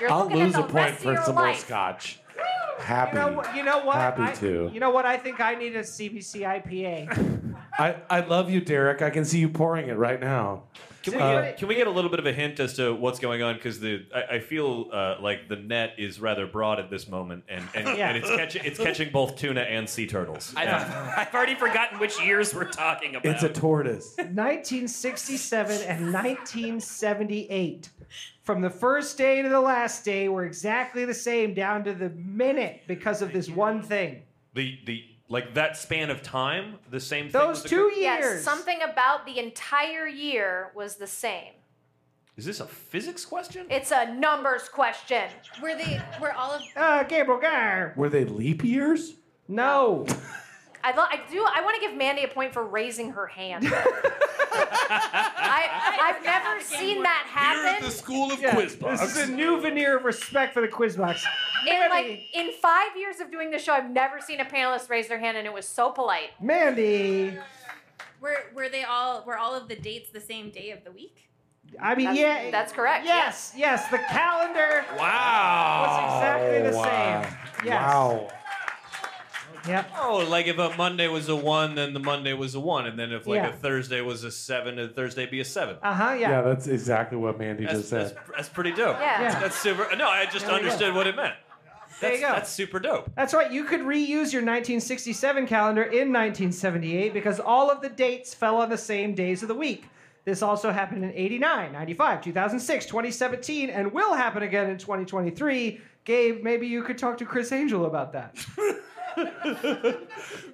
Speaker 2: You're
Speaker 4: I'll
Speaker 2: looking
Speaker 4: lose a
Speaker 2: at the
Speaker 4: point
Speaker 2: rest of
Speaker 4: for
Speaker 2: your
Speaker 4: some more
Speaker 2: life.
Speaker 4: scotch.
Speaker 1: You
Speaker 4: Happy.
Speaker 1: know, what- you know what?
Speaker 4: Happy
Speaker 1: I,
Speaker 4: to.
Speaker 1: You know what? I think I need a CBC IPA.
Speaker 4: I, I love you, Derek. I can see you pouring it right now.
Speaker 6: Can we,
Speaker 1: Uh,
Speaker 6: get, can we get a little bit of a hint as to what's going on? Because the I, I feel uh, like the net is rather broad at this moment, and and,
Speaker 1: *laughs* Yeah.
Speaker 6: and it's catching it's catching both tuna and sea turtles.
Speaker 7: I've, I've already forgotten which years we're talking about.
Speaker 4: It's a tortoise.
Speaker 1: 1967 and 1978. From the first day to the last day were exactly the same down to the minute because of this one thing.
Speaker 6: the the like that span of time, the same. thing
Speaker 1: Those
Speaker 6: was
Speaker 1: two
Speaker 6: occur-
Speaker 1: years.
Speaker 2: Yes, something about the entire year was the same.
Speaker 6: Is this a physics question?
Speaker 2: It's a numbers question.
Speaker 5: Were they? Were all of?
Speaker 1: Uh, Gabriel Gar.
Speaker 4: Were they leap years?
Speaker 1: No.
Speaker 2: *laughs* I, lo- I do. I want to give Mandy a point for raising her hand.
Speaker 1: *laughs*
Speaker 2: I, I've never seen that
Speaker 8: Here at the
Speaker 2: happen.
Speaker 8: School of
Speaker 1: Yeah,
Speaker 8: Quiz Box.
Speaker 1: This is a new veneer of respect for the quiz box.
Speaker 2: *laughs* In like
Speaker 1: Mandy.
Speaker 2: in five years of doing the show, I've never seen a panelist raise their hand, and it was so polite.
Speaker 1: Mandy.
Speaker 5: Were Were they all? Were all of the dates the same day of the week?
Speaker 1: I mean,
Speaker 2: That's-
Speaker 1: yeah.
Speaker 2: that's correct,
Speaker 1: Yes, yes. The calendar was
Speaker 6: wow.
Speaker 1: exactly the
Speaker 4: Oh,
Speaker 1: same.
Speaker 4: wow.
Speaker 1: Yes.
Speaker 4: Wow.
Speaker 1: Yep.
Speaker 6: Oh, like if a Monday was a one, then the Monday was a one, and then if like
Speaker 1: Yeah.
Speaker 6: a Thursday was a seven, a Thursday be a seven.
Speaker 1: Uh huh.
Speaker 4: Yeah.
Speaker 1: Yeah.
Speaker 4: that's exactly what Mandy
Speaker 6: That's,
Speaker 4: just said.
Speaker 6: that's, that's pretty dope.
Speaker 2: Yeah.
Speaker 1: Yeah.
Speaker 6: That's super. No, I just
Speaker 1: There we go.
Speaker 6: understood what it meant.
Speaker 1: There you
Speaker 6: That's-
Speaker 1: go.
Speaker 6: That's super dope.
Speaker 1: That's right. You could reuse your 1967 calendar in 1978 because all of the dates fell on the same days of the week. This also happened in 89, 95, 2006, 2017, and will happen again in 2023. Gabe, maybe you could talk to Chris Angel about that.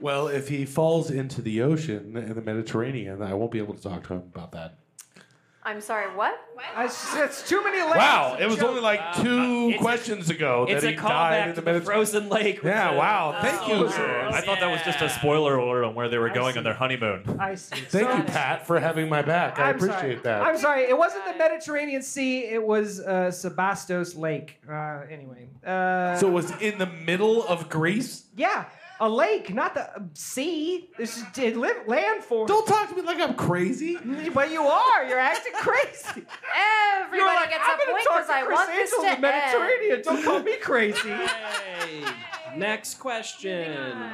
Speaker 4: Well, if he falls into the ocean in the Mediterranean, I won't be able to talk to him about that.
Speaker 2: I'm sorry. What?
Speaker 1: That's, that's too many layers.
Speaker 4: Wow,
Speaker 1: of
Speaker 4: it was
Speaker 1: joke.
Speaker 4: only like two questions ago
Speaker 7: It's
Speaker 4: that
Speaker 7: a
Speaker 4: he died
Speaker 7: callback
Speaker 4: in
Speaker 7: to
Speaker 4: the
Speaker 7: the
Speaker 4: Mediterranean.
Speaker 7: frozen lake. with
Speaker 4: Yeah,
Speaker 7: the-
Speaker 4: wow, thank you.
Speaker 7: soldiers.
Speaker 6: I thought that was just a
Speaker 7: Yeah.
Speaker 6: spoiler alert on where they were
Speaker 1: I
Speaker 6: going
Speaker 1: see.
Speaker 6: on their honeymoon.
Speaker 1: I see.
Speaker 4: Thank
Speaker 1: Sorry.
Speaker 4: you, Pat, for having my back. I
Speaker 1: I'm sorry.
Speaker 4: appreciate that.
Speaker 1: I'm sorry. It wasn't the Mediterranean Sea. It was uh, Sebastos Lake. Uh, anyway. Uh,
Speaker 4: so it was in the middle of Greece?
Speaker 1: yeah, a lake, not the um, sea. This is it live landform.
Speaker 4: Don't talk to me like I'm crazy.
Speaker 1: But you are. You're acting crazy. *laughs* You're
Speaker 2: Everybody
Speaker 1: like,
Speaker 2: gets
Speaker 1: I'm
Speaker 2: a
Speaker 1: going
Speaker 2: point
Speaker 1: to talk
Speaker 2: because
Speaker 1: to
Speaker 2: I
Speaker 1: Chris
Speaker 2: want this
Speaker 1: Angel
Speaker 2: to
Speaker 1: in the
Speaker 2: end.
Speaker 1: Mediterranean. Don't call
Speaker 2: *laughs*
Speaker 1: me crazy.
Speaker 7: Hey, next
Speaker 5: Uh,
Speaker 7: question.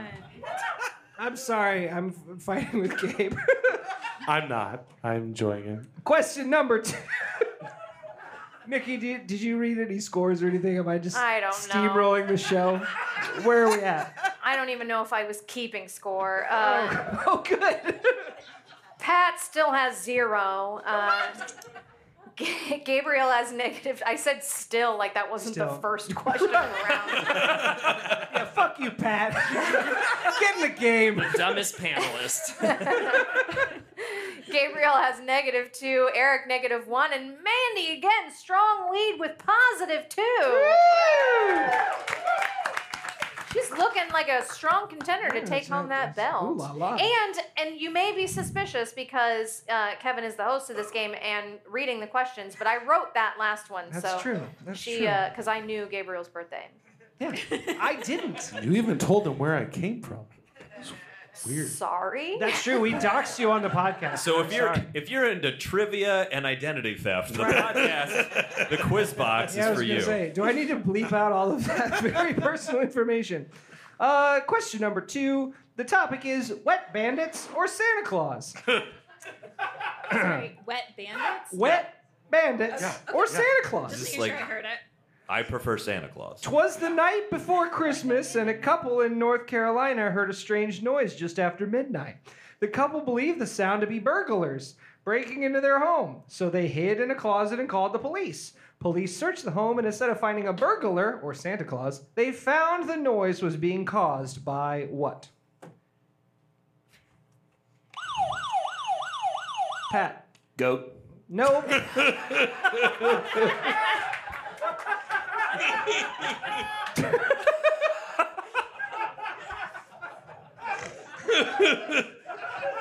Speaker 1: I'm sorry. I'm f- fighting with Gabe. *laughs*
Speaker 4: I'm not. I'm enjoying it.
Speaker 1: Question number two. *laughs* Mickey, did, did you read any scores or anything? Am I just
Speaker 2: I don't know.
Speaker 1: steamrolling the show? Where are we at?
Speaker 2: *laughs* I don't even know if I was keeping score. Uh,
Speaker 1: *laughs* Oh, good. *laughs*
Speaker 2: Pat still has zero. Uh, G- Gabriel has negative. I said still, like that wasn't
Speaker 1: Still. *laughs*
Speaker 2: the first question around.
Speaker 1: yeah, fuck you, Pat. *laughs* Get in the
Speaker 2: *laughs*
Speaker 1: game.
Speaker 7: Dumbest panelist.
Speaker 1: *laughs*
Speaker 2: Gabriel has negative two, Eric negative one, and Mandy again, strong lead with positive two. She's looking like a strong contender to take
Speaker 1: it's
Speaker 2: home
Speaker 1: not-
Speaker 2: that belt.
Speaker 1: ooh la la.
Speaker 2: And and you may be suspicious because uh, Kevin is the host of this game and reading the questions, but I wrote that last one.
Speaker 1: That's
Speaker 2: so
Speaker 1: true. That's
Speaker 2: she uh,
Speaker 1: true.
Speaker 2: because I knew Gabriel's birthday. *laughs*
Speaker 1: Yeah, I didn't.
Speaker 4: You even told them where I came from. It's weird.
Speaker 2: Sorry.
Speaker 1: That's true. We doxed you on the podcast.
Speaker 6: So if
Speaker 1: I'm
Speaker 6: you're
Speaker 1: sorry.
Speaker 6: if you're into trivia and identity theft, the podcast, the quiz box
Speaker 1: yeah, I
Speaker 6: is
Speaker 1: was
Speaker 6: for
Speaker 1: gonna
Speaker 6: you.
Speaker 1: say, do I need to bleep out all of that *laughs* very personal information? Uh, question number two. The topic is wet bandits or Santa
Speaker 6: *laughs*
Speaker 1: Claus.
Speaker 5: *laughs* Sorry, wet bandits.
Speaker 1: Wet bandits or Santa Claus.
Speaker 5: Just
Speaker 6: Just
Speaker 5: making sure
Speaker 6: like-
Speaker 5: I heard it.
Speaker 6: I prefer Santa Claus.
Speaker 1: Twas the night before Christmas, and a couple in North Carolina heard a strange noise just after midnight. The couple believed the sound to be burglars breaking into their home, so they hid in a closet and called the police. Police searched the home, and instead of finding a burglar or Santa Claus, they found the noise was being caused by what? Pat.
Speaker 7: Goat.
Speaker 1: Nope.
Speaker 4: *laughs*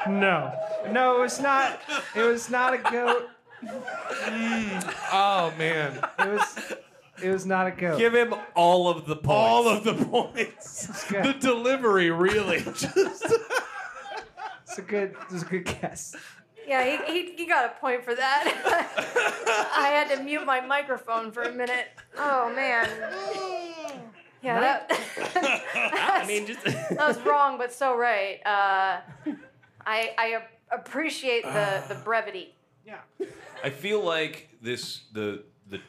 Speaker 9: No.
Speaker 1: No, it was not. It was not a goat.
Speaker 4: Oh man,
Speaker 1: It was. It was not a goat.
Speaker 6: Give him all of the points.
Speaker 4: all of the points.
Speaker 1: good.
Speaker 4: The delivery *laughs* really.
Speaker 1: It's a good. It's a good guess.
Speaker 2: Yeah, he, he, he got a point for that. *laughs* I had to mute my microphone for a minute. Oh, man. Yeah, that, *laughs*
Speaker 7: I mean, just
Speaker 2: that was wrong, but so right. Uh, I, I ap- appreciate the,
Speaker 7: *sighs*
Speaker 2: the brevity.
Speaker 6: I feel like this the the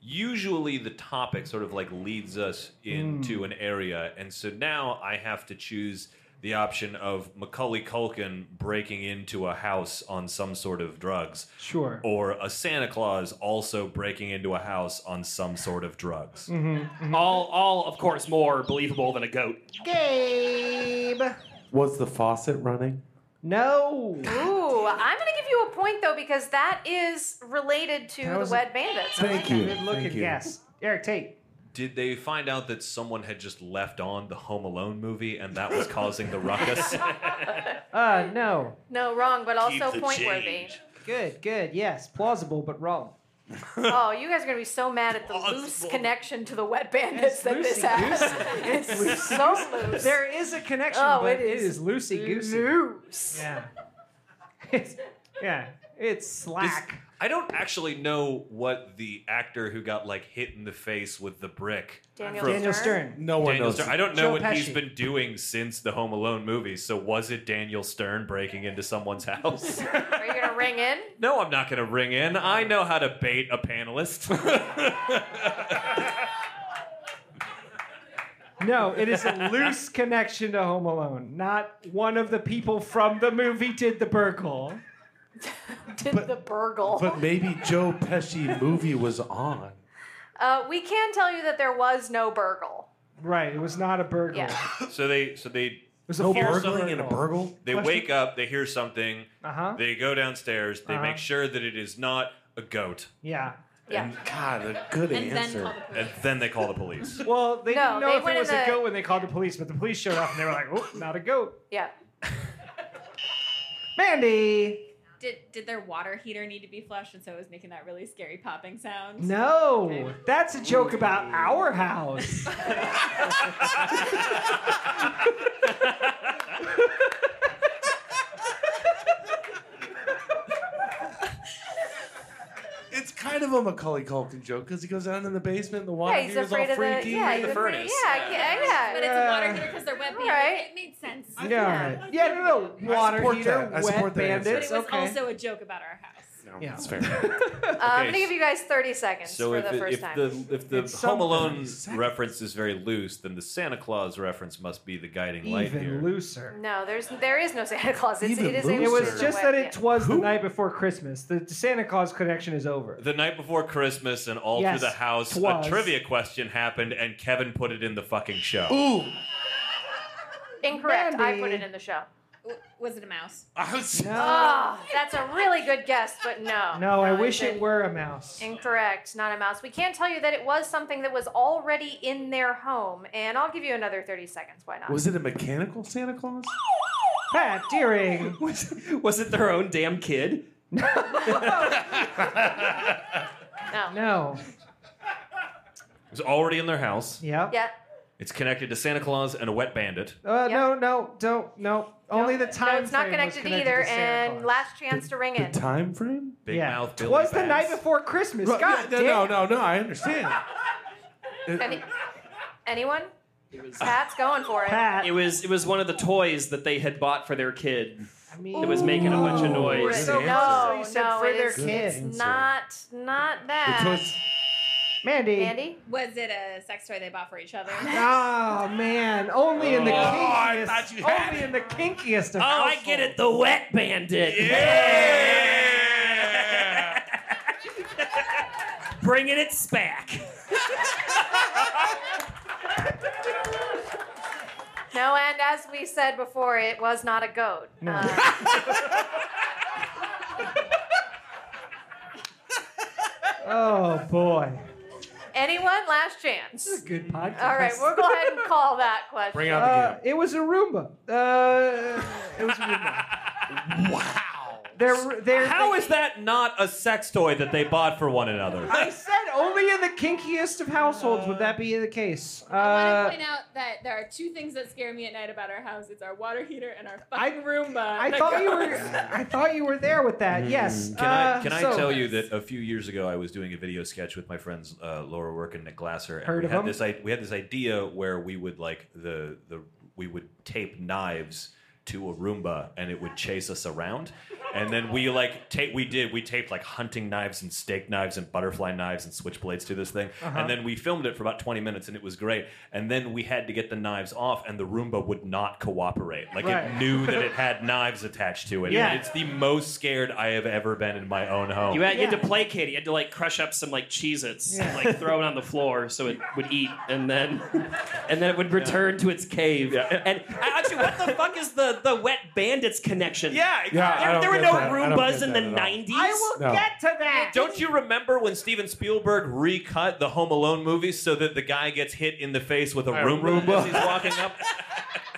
Speaker 6: usually the topic sort of like leads us into an area, and so now I have to choose the option of Macaulay Culkin breaking into a house on some sort of drugs,
Speaker 1: Sure.
Speaker 4: Oh.
Speaker 6: or a Santa Claus also breaking into a house on some sort of
Speaker 1: Hmm.
Speaker 6: drugs.
Speaker 1: Mm-hmm,
Speaker 7: all, all of course, more believable than a goat.
Speaker 1: Gabe.
Speaker 4: Was the faucet running?
Speaker 1: No.
Speaker 2: Ooh, I'm going to give you a point, though, because that is related to
Speaker 1: That
Speaker 2: the
Speaker 1: was a-
Speaker 2: Wed Bandits.
Speaker 4: Thank you.
Speaker 1: Good looking
Speaker 4: Thank you.
Speaker 1: guess. Eric Tate.
Speaker 6: Did they find out that someone had just left on the Home Alone movie, and that was causing the ruckus?
Speaker 1: Uh, no.
Speaker 2: No, wrong, but also
Speaker 6: the
Speaker 2: point worthy.
Speaker 1: Good. Good. Yes. Plausible, but wrong.
Speaker 2: Oh, you guys are gonna be so mad at the loose connection to the wet bandits that this has. *laughs* It's so loose.
Speaker 1: There is a connection,
Speaker 2: Oh,
Speaker 1: but
Speaker 2: it
Speaker 1: it is
Speaker 2: is
Speaker 1: loosey goosey.
Speaker 2: loose.
Speaker 1: Yeah. It's, yeah. It's slack.
Speaker 6: I don't actually know what the actor who got like hit in the face with the brick.
Speaker 2: Daniel,
Speaker 6: From-
Speaker 1: Daniel Stern.
Speaker 4: No one
Speaker 6: Daniel
Speaker 4: knows.
Speaker 6: Stern. I don't know
Speaker 1: Joe
Speaker 6: what he's
Speaker 1: Pesci.
Speaker 6: been doing since the Home Alone movie. So was it Daniel Stern breaking into
Speaker 1: *laughs*
Speaker 6: someone's house?
Speaker 2: Are you gonna ring in?
Speaker 6: no, I'm not going to ring in. I know how to bait a panelist.
Speaker 1: *laughs* No, it is a loose connection to Home Alone. Not one of the people from the movie did the burgle.
Speaker 2: Did the burgle?
Speaker 4: But maybe Joe Pesci movie was on.
Speaker 2: *laughs* uh, we can tell you that there was no burgle.
Speaker 1: Right. It was not a burgle.
Speaker 2: Yeah.
Speaker 1: It
Speaker 6: so they so they
Speaker 1: was a
Speaker 4: No
Speaker 1: false
Speaker 4: burgling and a burgle.
Speaker 6: they wake up, they hear something,
Speaker 1: Uh-huh.
Speaker 6: they go downstairs, they
Speaker 1: Uh-huh.
Speaker 6: make sure that it is not a goat,
Speaker 1: Yeah.
Speaker 2: Yeah.
Speaker 4: God, a good
Speaker 5: And then
Speaker 4: answer.
Speaker 5: call the police.
Speaker 6: and then they call the police.
Speaker 1: Well, they
Speaker 2: No,
Speaker 1: didn't know
Speaker 2: they
Speaker 1: if
Speaker 2: went
Speaker 1: it
Speaker 2: in
Speaker 1: was
Speaker 2: the-
Speaker 1: a goat when they called the police, but the police showed up and they were like, "Oh, not a goat."
Speaker 2: Yeah.
Speaker 1: Mandy.
Speaker 5: Did did their water heater need to be flushed, and so it was making that really scary popping sound?
Speaker 1: No, that's a joke about our
Speaker 2: *laughs*
Speaker 1: house.
Speaker 4: It's kind of a Macaulay Culkin joke because he goes down in the basement, the water
Speaker 2: Yeah, he's
Speaker 4: heater's
Speaker 2: afraid
Speaker 4: all
Speaker 2: of the.
Speaker 4: freaky.
Speaker 2: Yeah, he's
Speaker 7: the
Speaker 2: afraid-
Speaker 7: furnace.
Speaker 2: Yeah, yeah, yeah.
Speaker 5: But it's a water heater because they're wet bandits.
Speaker 2: Alright.
Speaker 5: It made sense.
Speaker 1: Yeah, yeah, no, no.
Speaker 4: I
Speaker 1: Water
Speaker 4: support
Speaker 1: heater,
Speaker 4: that. I
Speaker 1: wet
Speaker 4: support that answer.
Speaker 5: But it
Speaker 1: bandits.
Speaker 5: was
Speaker 1: Okay.
Speaker 5: also a joke about our house.
Speaker 4: No,
Speaker 1: Yeah.
Speaker 4: that's fair.
Speaker 1: *laughs*
Speaker 2: Uh, I'm gonna
Speaker 6: Okay,
Speaker 2: give you guys 30 seconds
Speaker 6: So
Speaker 2: for
Speaker 6: if,
Speaker 2: the
Speaker 6: it-
Speaker 2: first
Speaker 6: if
Speaker 2: time.
Speaker 6: the if the
Speaker 1: It's
Speaker 6: Home
Speaker 1: something.
Speaker 6: Alone reference is very loose, then the Santa Claus reference must be the guiding light here.
Speaker 1: Even looser.
Speaker 2: No, there's there is no Santa Claus. It's,
Speaker 4: Even
Speaker 2: it is
Speaker 4: looser.
Speaker 2: a
Speaker 1: It was
Speaker 2: loose
Speaker 1: just
Speaker 2: wet-
Speaker 1: that
Speaker 2: yeah.
Speaker 1: it was the night before Christmas. The Santa Claus connection is over.
Speaker 6: The night before Christmas and all
Speaker 1: Yes,
Speaker 6: through the house,
Speaker 1: twas.
Speaker 6: a trivia question happened, and Kevin put it in the fucking show.
Speaker 4: *laughs* Ooh,
Speaker 2: incorrect. I put
Speaker 1: Mandy.
Speaker 2: it in the show.
Speaker 5: W- Was it a mouse?
Speaker 4: I was.
Speaker 2: Oh, that's a really good guess, but no.
Speaker 1: No, I
Speaker 2: it's
Speaker 1: wish
Speaker 2: a-
Speaker 1: it were a mouse.
Speaker 2: Incorrect, not a mouse. We can tell you that it was something that was already in their home, and I'll give you another 30 seconds. Why not?
Speaker 4: Was it a mechanical Santa Claus?
Speaker 1: Pat
Speaker 2: *laughs*
Speaker 1: Deering.
Speaker 7: Was, was it their own damn kid?
Speaker 2: no.
Speaker 1: No.
Speaker 6: It was already in their house.
Speaker 1: Yep.
Speaker 2: Yeah.
Speaker 6: It's connected to Santa Claus and a wet bandit.
Speaker 1: Uh,
Speaker 2: Yep.
Speaker 1: No, no, don't, no. Only the time.
Speaker 2: No, it's not
Speaker 1: frame was
Speaker 2: connected, either,
Speaker 1: to Santa
Speaker 2: and
Speaker 1: Claus.
Speaker 2: last chance to ring
Speaker 4: The
Speaker 2: in.
Speaker 4: time frame?
Speaker 6: Big
Speaker 1: yeah.
Speaker 6: mouth. Billy
Speaker 1: was the
Speaker 6: Bass.
Speaker 1: night before Christmas.
Speaker 4: Right,
Speaker 1: God
Speaker 4: yeah,
Speaker 1: damn.
Speaker 4: no, no, no, I
Speaker 2: *laughs*
Speaker 4: understand. It-
Speaker 2: Any, anyone? Pat's going for it.
Speaker 1: Pat.
Speaker 7: It was it was one of the toys that they had bought for their kid.
Speaker 1: I mean,
Speaker 7: It was making a bunch of
Speaker 1: Ooh,
Speaker 7: noise.
Speaker 1: So
Speaker 4: Good
Speaker 1: close.
Speaker 2: No,
Speaker 1: You said
Speaker 2: Oh, no,
Speaker 1: for
Speaker 2: it
Speaker 1: their
Speaker 2: is,
Speaker 1: kids.
Speaker 2: it's not, not that.
Speaker 4: it was-
Speaker 1: Mandy.
Speaker 2: Andy?
Speaker 5: Was it a sex toy they bought for
Speaker 1: *laughs*
Speaker 5: each other?
Speaker 1: Oh man, only in the
Speaker 4: I
Speaker 1: kinkiest.
Speaker 4: thought you had
Speaker 1: only in the kinkiest of
Speaker 7: Oh, I get it. The wet bandit.
Speaker 6: Yeah!
Speaker 7: Bringing it back.
Speaker 2: No, and as we said before, it was not a goat. Uh,
Speaker 1: *laughs* Oh boy.
Speaker 2: Anyone? Last chance.
Speaker 1: This is a good podcast.
Speaker 2: All right, we'll go *laughs* ahead and call that question.
Speaker 4: Bring out the
Speaker 1: Uh,
Speaker 4: game.
Speaker 1: it was a Roomba. Uh, it was a Roomba.
Speaker 2: Uh,
Speaker 6: Wow.
Speaker 1: They're, they're
Speaker 6: How is
Speaker 1: thinking-
Speaker 6: that not a sex toy that they bought for one another?
Speaker 1: I said only in the kinkiest of households would that be the case.
Speaker 5: I want
Speaker 1: Uh,
Speaker 5: to point out that there are two things that scare me at night about our house. It's our water heater and our
Speaker 1: I-
Speaker 5: fucking Roomba.
Speaker 1: I
Speaker 5: that
Speaker 1: thought you
Speaker 5: goes-
Speaker 1: were. I thought you were there with that. Yes.
Speaker 6: Hmm, Can
Speaker 1: Uh,
Speaker 6: I can I
Speaker 1: so-
Speaker 6: tell you that a few years ago I was doing a video sketch with my friends uh, Laura Work and Nick Glasser, and
Speaker 1: Heard
Speaker 6: we
Speaker 1: of
Speaker 6: had
Speaker 1: them?
Speaker 6: this I, we had this idea where we would like the the we would tape knives to a Roomba and it would chase us around, and then we like tape we did we taped like hunting knives and steak knives and butterfly knives and switchblades to this thing,
Speaker 1: Uh-huh.
Speaker 6: and then we filmed it for about twenty minutes and it was great, and then we had to get the knives off and the Roomba would not cooperate like
Speaker 1: Right.
Speaker 6: it knew that it had knives attached to it.
Speaker 1: Yeah.
Speaker 6: It's the most scared I have ever been in my own home.
Speaker 7: You had, you had
Speaker 1: Yeah.
Speaker 7: to placate it. You had to like crush up some like Cheez-Its
Speaker 1: Yeah.
Speaker 7: and like throw it on the floor so it would eat, and then and then it would return to its cave. And actually, what the fuck is the the wet bandits connection?
Speaker 6: yeah, exactly.
Speaker 4: Yeah, I
Speaker 7: There,
Speaker 4: don't
Speaker 7: there were
Speaker 4: get
Speaker 7: no
Speaker 4: that. I don't
Speaker 7: Roombas
Speaker 4: get
Speaker 7: in
Speaker 4: that
Speaker 7: the
Speaker 4: at all.
Speaker 7: '90s.
Speaker 1: I will
Speaker 4: No.
Speaker 1: get to that.
Speaker 6: Don't you remember when Steven Spielberg recut the Home Alone movies so that the guy gets hit in the face with a
Speaker 4: I
Speaker 6: room room
Speaker 4: remember.
Speaker 6: as he's walking up?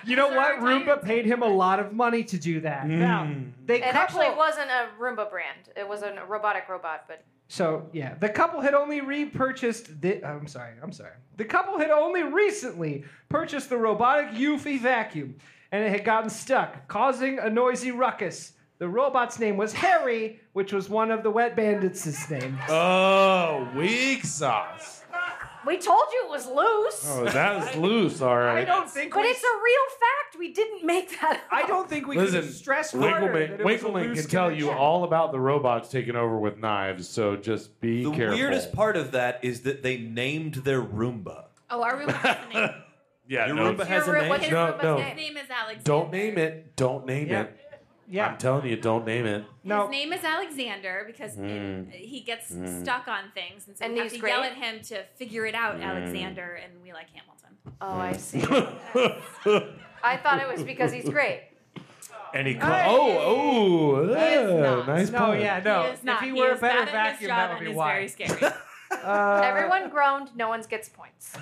Speaker 1: You know what?
Speaker 5: Sorry, Diane.
Speaker 1: Roomba paid him a lot of money to do that.
Speaker 5: Mm.
Speaker 1: Now,
Speaker 4: Mm.
Speaker 1: they
Speaker 2: It
Speaker 1: couple,
Speaker 2: actually wasn't a Roomba brand. It was a robotic robot, but
Speaker 1: So yeah, the couple had only repurchased. The, I'm sorry. I'm sorry. The couple had only recently purchased the robotic Eufy vacuum, and it had gotten stuck, causing a noisy ruckus. The robot's name was Harry, which was one of the Wet Bandits' names.
Speaker 4: Oh, weak sauce.
Speaker 2: we told you it was loose.
Speaker 4: Oh, that is loose. All right.
Speaker 1: I don't think.
Speaker 2: but
Speaker 1: we,
Speaker 2: it's a real fact. We didn't make that.
Speaker 1: I
Speaker 2: up.
Speaker 1: don't think we
Speaker 4: Listen,
Speaker 1: can stress harder. that
Speaker 4: Winkleman,
Speaker 1: it was a
Speaker 4: Winkleman
Speaker 1: loose
Speaker 4: can tell you
Speaker 1: connection.
Speaker 4: all about the robots taking over with knives, so just *laughs* be
Speaker 6: the
Speaker 4: careful.
Speaker 6: weirdest part of that is that they named their Roomba.
Speaker 5: Oh,
Speaker 1: *laughs*
Speaker 5: our Roomba has
Speaker 4: *laughs*
Speaker 5: a name.
Speaker 4: Yeah,
Speaker 6: Your
Speaker 4: no,
Speaker 6: Roomba has a
Speaker 2: Your Roomba-
Speaker 6: name.
Speaker 2: what is
Speaker 4: No,
Speaker 2: Roomba's
Speaker 4: no.
Speaker 5: His
Speaker 2: name?
Speaker 5: name is Alexander.
Speaker 4: don't name it. Don't name
Speaker 1: Yeah.
Speaker 4: it.
Speaker 1: Yeah.
Speaker 4: I'm telling you, don't name it. *laughs*
Speaker 1: No.
Speaker 5: His name is Alexander because it, he gets stuck on things, and so
Speaker 2: And
Speaker 5: we have
Speaker 2: he's
Speaker 5: to yell
Speaker 2: great?
Speaker 5: at him to figure it out, Alexander, and we like Hamilton.
Speaker 2: Oh, I see. I thought it was because he's
Speaker 1: *laughs*
Speaker 2: great.
Speaker 6: And he called.
Speaker 1: Hey!
Speaker 4: Oh, oh,
Speaker 5: is
Speaker 4: yeah,
Speaker 5: not.
Speaker 4: nice
Speaker 1: No,
Speaker 4: pun.
Speaker 1: yeah, no.
Speaker 5: he is not.
Speaker 1: If he
Speaker 5: He
Speaker 1: were
Speaker 5: is
Speaker 1: a better
Speaker 5: bad at his
Speaker 1: vacuum,
Speaker 5: job
Speaker 1: that would
Speaker 5: and
Speaker 1: be
Speaker 5: is
Speaker 1: why. *laughs*
Speaker 5: very scary.
Speaker 1: Uh,
Speaker 2: Everyone groaned. No one
Speaker 1: *laughs*
Speaker 2: gets points.